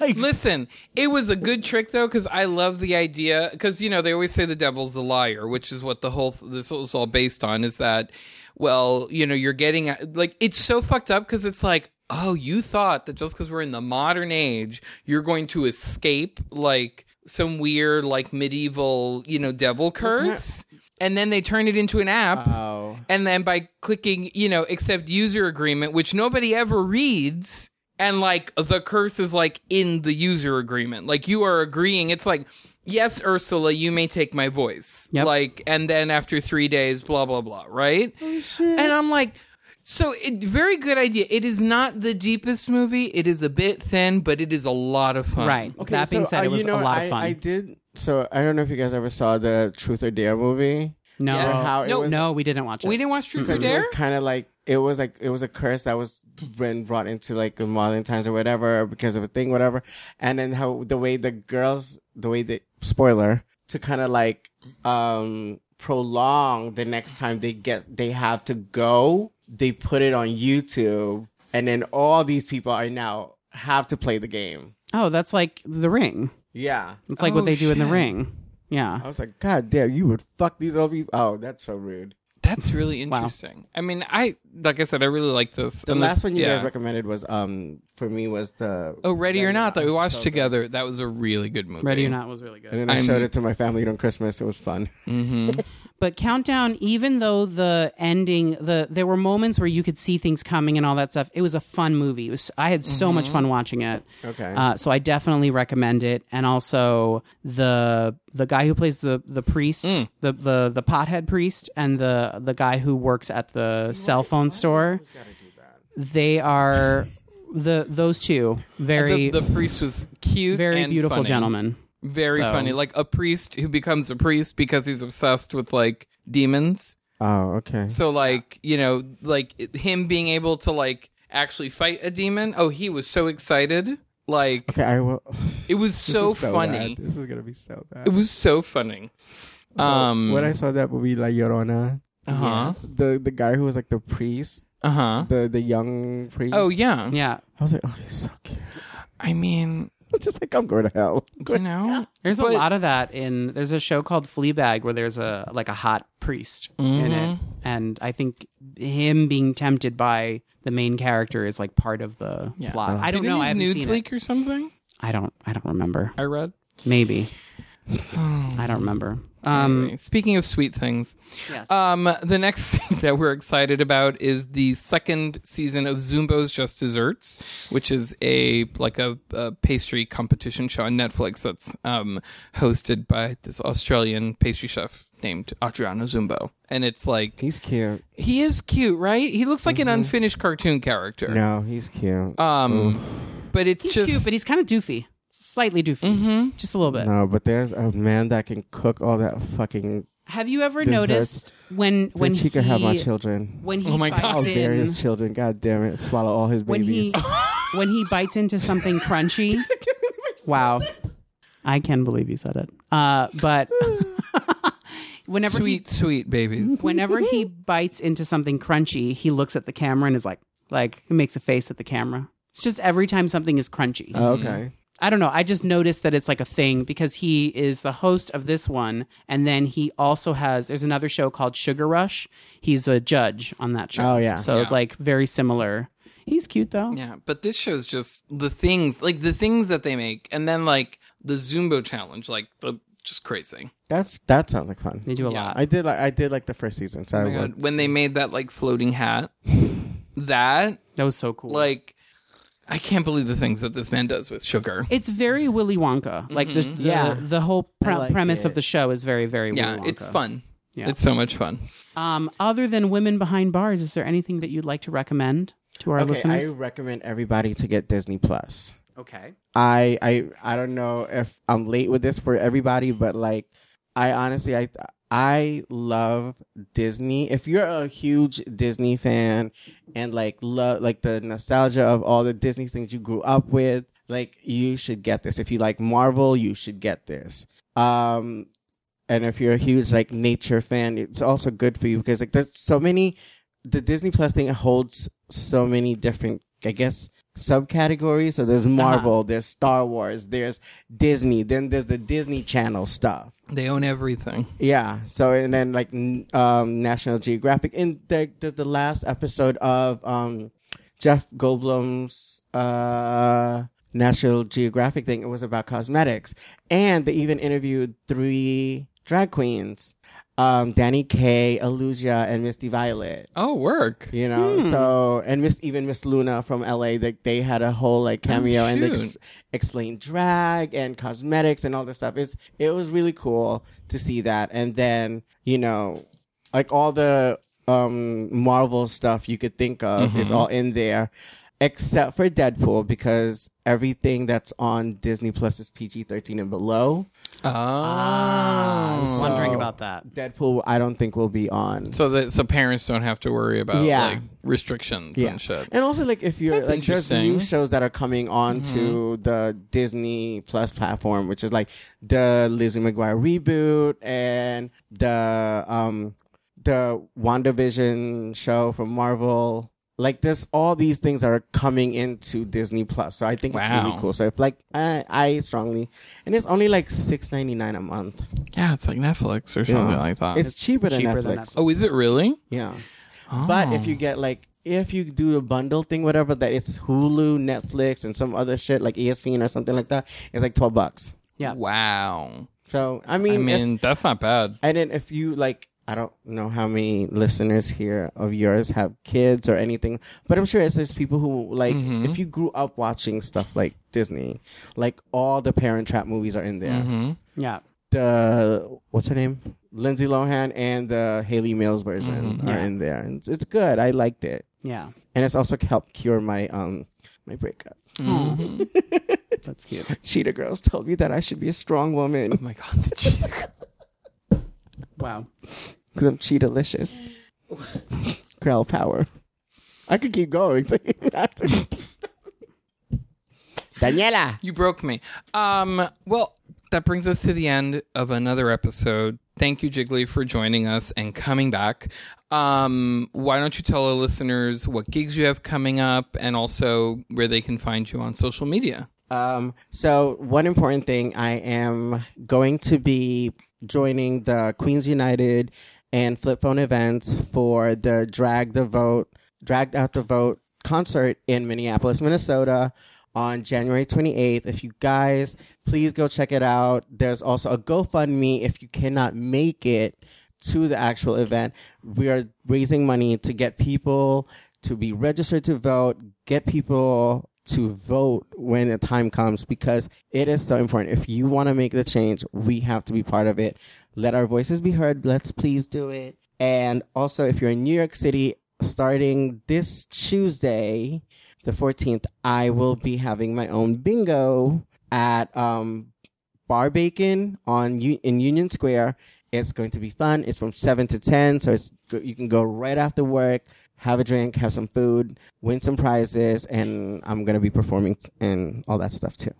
Speaker 3: okay.
Speaker 1: Listen, it was a good trick though, because I love the idea. Because you know they always say the devil's the liar, which is what the whole this was all based on. Is that well, you know, you're getting like it's so fucked up because it's like. Oh, you thought that just because we're in the modern age, you're going to escape like some weird, like medieval, you know, devil curse. And then they turn it into an app.
Speaker 3: Oh.
Speaker 1: And then by clicking, you know, accept user agreement, which nobody ever reads, and like the curse is like in the user agreement. Like you are agreeing. It's like, yes, Ursula, you may take my voice.
Speaker 2: Yep.
Speaker 1: Like, and then after three days, blah, blah, blah, right? And I'm like, so it, very good idea. It is not the deepest movie. It is a bit thin, but it is a lot of fun.
Speaker 2: right
Speaker 3: Okay,
Speaker 2: that being
Speaker 3: so,
Speaker 2: said
Speaker 3: uh,
Speaker 2: it was
Speaker 3: you know,
Speaker 2: a lot
Speaker 3: I-
Speaker 2: of fun
Speaker 3: I did. So I don't know if you guys ever saw the Truth or Dare movie.
Speaker 2: no
Speaker 1: Yeah.
Speaker 3: How it
Speaker 1: No,
Speaker 3: was,
Speaker 2: no we didn't watch it
Speaker 1: We didn't watch Truth or
Speaker 3: It
Speaker 1: Dare.
Speaker 3: was kind of like it was like it was a curse that was been brought into like the modern times or whatever because of a thing, whatever. And then how the way the girls, the way the spoiler to kind of like um prolong the next time they get they have to go, they put it on YouTube, and then all these people are now have to play the game.
Speaker 2: oh that's like the ring
Speaker 3: Yeah.
Speaker 2: It's like what
Speaker 1: Oh,
Speaker 2: they do in the
Speaker 1: shit.
Speaker 2: ring. Yeah.
Speaker 3: I was like, God damn, you would fuck these old people. Oh, that's so rude.
Speaker 1: That's really interesting. I mean, I like I said, I really like this.
Speaker 3: The last one you
Speaker 1: guys
Speaker 3: guys recommended was um for me was the
Speaker 1: Oh, Ready, or Not that we watched
Speaker 3: So good.
Speaker 1: together. That was a really good movie.
Speaker 2: Ready or Not was really
Speaker 3: And
Speaker 2: good.
Speaker 3: then I
Speaker 1: I'm-
Speaker 3: showed it to my family on Christmas. It was fun.
Speaker 2: But Countdown, even though the ending, the there were moments where you could see things coming and all that stuff. It was a fun movie. It was, I had so much fun watching it.
Speaker 3: Okay.
Speaker 2: Uh, so I definitely recommend it. And also the the guy who plays the the priest, the, the the pothead priest, and the the guy who works at the cell phone store. They are the those two very
Speaker 1: The, the priest was cute,
Speaker 2: very
Speaker 1: and
Speaker 2: beautiful
Speaker 1: funny.
Speaker 2: gentlemen.
Speaker 1: very
Speaker 2: So-
Speaker 1: funny. Like a priest who becomes a priest because he's obsessed with like demons.
Speaker 3: oh, okay.
Speaker 1: So like you know, like it- him being able to like actually fight a demon. Oh, he was so excited. Like
Speaker 3: Okay, I will.
Speaker 1: it was
Speaker 3: This
Speaker 1: so,
Speaker 3: is so
Speaker 1: funny.
Speaker 3: bad. This is gonna be so bad.
Speaker 1: It was so funny. Um.
Speaker 3: when I saw that movie La Llorona,
Speaker 1: Uh
Speaker 3: Uh-huh.
Speaker 1: huh.
Speaker 3: the the guy who was like the priest,
Speaker 1: Uh huh.
Speaker 3: the the young priest.
Speaker 1: Oh yeah.
Speaker 2: Yeah.
Speaker 3: I was like, oh, he's so cute.
Speaker 1: I mean,
Speaker 3: It's just like I'm going to hell.
Speaker 1: you know.
Speaker 2: There's
Speaker 1: But-
Speaker 2: a lot of that in. There's a show called Fleabag where there's a like a hot priest in
Speaker 1: Mm-hmm.
Speaker 2: it, and I think him being tempted by the main character is like part of the plot. I don't
Speaker 1: Didn't
Speaker 2: know. I
Speaker 1: his
Speaker 2: haven't
Speaker 1: nudes
Speaker 2: seen
Speaker 1: leak
Speaker 2: it.
Speaker 1: or something.
Speaker 2: I don't. I don't remember.
Speaker 1: I read.
Speaker 2: Maybe. I don't remember. Um,
Speaker 1: Speaking of sweet things,
Speaker 2: Yes.
Speaker 1: um, the next thing that we're excited about is the second season of Zumbo's Just Desserts, which is a like a, a pastry competition show on Netflix that's um, hosted by this Australian pastry chef named Adriano Zumbo, and it's like
Speaker 3: He's cute.
Speaker 1: he is cute, right? He looks like an unfinished cartoon character.
Speaker 3: No, he's cute.
Speaker 1: Um, but it's
Speaker 2: he's
Speaker 1: just Mm-hmm.
Speaker 2: cute, but he's kind of doofy, slightly doofy, just a little bit.
Speaker 3: no, but there's a man that can cook all that fucking.
Speaker 2: Have you ever
Speaker 3: Desserts.
Speaker 2: noticed when when
Speaker 3: When she could
Speaker 2: he,
Speaker 3: have my children.
Speaker 2: when he
Speaker 1: Oh my
Speaker 2: bites
Speaker 1: God.
Speaker 3: I'll
Speaker 2: in
Speaker 3: bear his children. God damn it! Swallow all his
Speaker 2: when
Speaker 3: babies.
Speaker 2: he when he bites into something crunchy? wow, I can believe you said it. Uh, but whenever he
Speaker 1: sweet, sweet babies.
Speaker 2: whenever he bites into something crunchy, he looks at the camera and is like, like he makes a face at the camera. It's just every time something is crunchy.
Speaker 3: Oh, okay.
Speaker 2: I don't know. I just noticed that it's like a thing because he is the host of this one, and then he also has there's another show called Sugar Rush. He's a judge on that show.
Speaker 3: Oh, yeah.
Speaker 2: so
Speaker 1: Yeah.
Speaker 2: like very similar. He's cute though.
Speaker 1: Yeah, but this shows just the things, like the things that they make, and then like the Zumbo challenge, like the, just crazy.
Speaker 3: That's that sounds like fun.
Speaker 2: They do a
Speaker 1: Yeah.
Speaker 2: lot.
Speaker 3: I did like I did like the first season. So I
Speaker 1: Oh my God,
Speaker 3: would,
Speaker 1: when they made that like floating hat, that
Speaker 2: that was so cool.
Speaker 1: like I can't believe the things that this man does with sugar.
Speaker 2: it's very Willy Wonka. Like the, the
Speaker 3: Mm-hmm. Yeah.
Speaker 2: the whole pre-
Speaker 3: I like
Speaker 2: premise
Speaker 3: it.
Speaker 2: of the show is very very
Speaker 1: Yeah,
Speaker 2: Willy Wonka.
Speaker 1: it's fun.
Speaker 2: Yeah.
Speaker 1: It's so much fun.
Speaker 2: Um, other than women behind bars, is there anything that you'd like to recommend to our
Speaker 3: okay,
Speaker 2: listeners?
Speaker 3: I recommend everybody to get Disney Plus.
Speaker 2: Okay.
Speaker 3: I I I don't know if I'm late with this for everybody, but like I honestly I I love Disney. If you're a huge Disney fan and like love like the nostalgia of all the Disney things you grew up with, like you should get this. If you like Marvel, you should get this. Um and if you're a huge like nature fan, it's also good for you because like there's so many the Disney Plus thing holds so many different I guess subcategories. So there's Marvel, there's Star Wars, there's Disney, then there's the Disney Channel stuff.
Speaker 1: They own everything.
Speaker 3: Yeah. So and then like n- um, National Geographic in the, the the last episode of um, Jeff Goldblum's uh, National Geographic thing. It was about cosmetics, and they even interviewed three drag queens: um, Danny Kaye, Alusia, and Misty Violet.
Speaker 1: Oh, work.
Speaker 3: You know, so and Miss even Miss Luna from LA, they, they had a whole like cameo and they ex-
Speaker 1: shoot.
Speaker 3: explained drag and cosmetics and all this stuff. It's it was really cool to see that, and then you know, like all the um Marvel stuff you could think of is all in there, except for Deadpool because everything that's on Disney Plus is PG thirteen and below.
Speaker 1: Oh.
Speaker 2: Ah, I was wondering
Speaker 3: So-
Speaker 2: about that.
Speaker 3: Deadpool, I don't think will be on.
Speaker 1: So that so parents don't have to worry about
Speaker 3: Yeah.
Speaker 1: like restrictions and shit.
Speaker 3: And also, like, if you're
Speaker 1: That's
Speaker 3: like, there's
Speaker 1: interesting.
Speaker 3: new shows that are coming onto the Disney Plus platform, which is like the Lizzie McGuire reboot and the um the WandaVision show from Marvel. Like, there's all these things that are coming into Disney Plus. So I think it's
Speaker 1: Wow.
Speaker 3: really cool. So if like I, I strongly, and it's only like six ninety nine a month.
Speaker 1: Yeah, it's like Netflix or something like that.
Speaker 3: It's cheaper than
Speaker 2: cheaper
Speaker 3: Netflix.
Speaker 2: than Netflix.
Speaker 1: oh, is it really?
Speaker 3: Yeah. But if you
Speaker 1: Oh.
Speaker 3: get like if you do a bundle thing, whatever that it's Hulu, Netflix, and some other shit like E ESPN or something like that, it's like twelve bucks.
Speaker 2: Yeah.
Speaker 1: Wow.
Speaker 3: So I mean,
Speaker 1: I
Speaker 3: if-
Speaker 1: mean, that's not bad.
Speaker 3: and then if you like, I don't know how many listeners here of yours have kids or anything, but I'm sure it's just people who like
Speaker 1: Mm-hmm.
Speaker 3: if you grew up watching stuff like Disney, like all the Parent Trap movies are in there.
Speaker 1: Mm-hmm.
Speaker 2: Yeah.
Speaker 3: The what's her name, Lindsay Lohan, and the Haley Mills version
Speaker 1: Mm-hmm.
Speaker 3: are
Speaker 2: Yeah.
Speaker 3: in there, and it's good. I liked it.
Speaker 2: Yeah.
Speaker 3: and it's also helped cure my um my breakup. Mm-hmm.
Speaker 2: That's cute.
Speaker 3: Cheetah Girls told me that I should be a strong
Speaker 1: Oh
Speaker 3: woman
Speaker 1: my god. did you-
Speaker 2: Wow.
Speaker 3: because I'm cheetah-licious. Girl power. I could keep going. Daniela.
Speaker 1: you broke me. Um, well, that brings us to the end of another episode. Thank you, Jiggly, for joining us and coming back. Um, why don't you tell our listeners what gigs you have coming up and also where they can find you on social media?
Speaker 3: Um, so one important thing, I am going to be joining the Queens United and Flip Phone events for the Drag the Vote, Dragged Out the Vote concert in Minneapolis, Minnesota on January 28th. If you guys, please go check it out. There's also a GoFundMe if you cannot make it to the actual event. We are raising money to get people to be registered to vote, get people to vote when the time comes because it is so important. If you want to make the change, we have to be part of it. Let our voices be heard. Let's please do it. And also, if you're in New York City, starting this Tuesday, the 14th, I will be having my own bingo at um, Bar Bacon on U- in Union Square. It's going to be fun. It's from seven to ten, so it's go- you can go right after work, have a drink, have some food, win some prizes, and I'm gonna be performing and all that stuff too.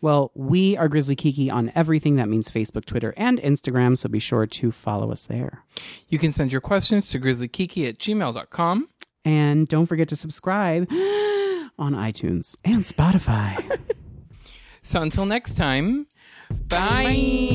Speaker 2: Well, we are Grizzly Kiki on everything that means Facebook, Twitter, and Instagram, so be sure to follow us there.
Speaker 1: You can send your questions to grizzlykiki at gmail.com.
Speaker 2: And don't forget to subscribe on iTunes and Spotify.
Speaker 1: So until next time, bye.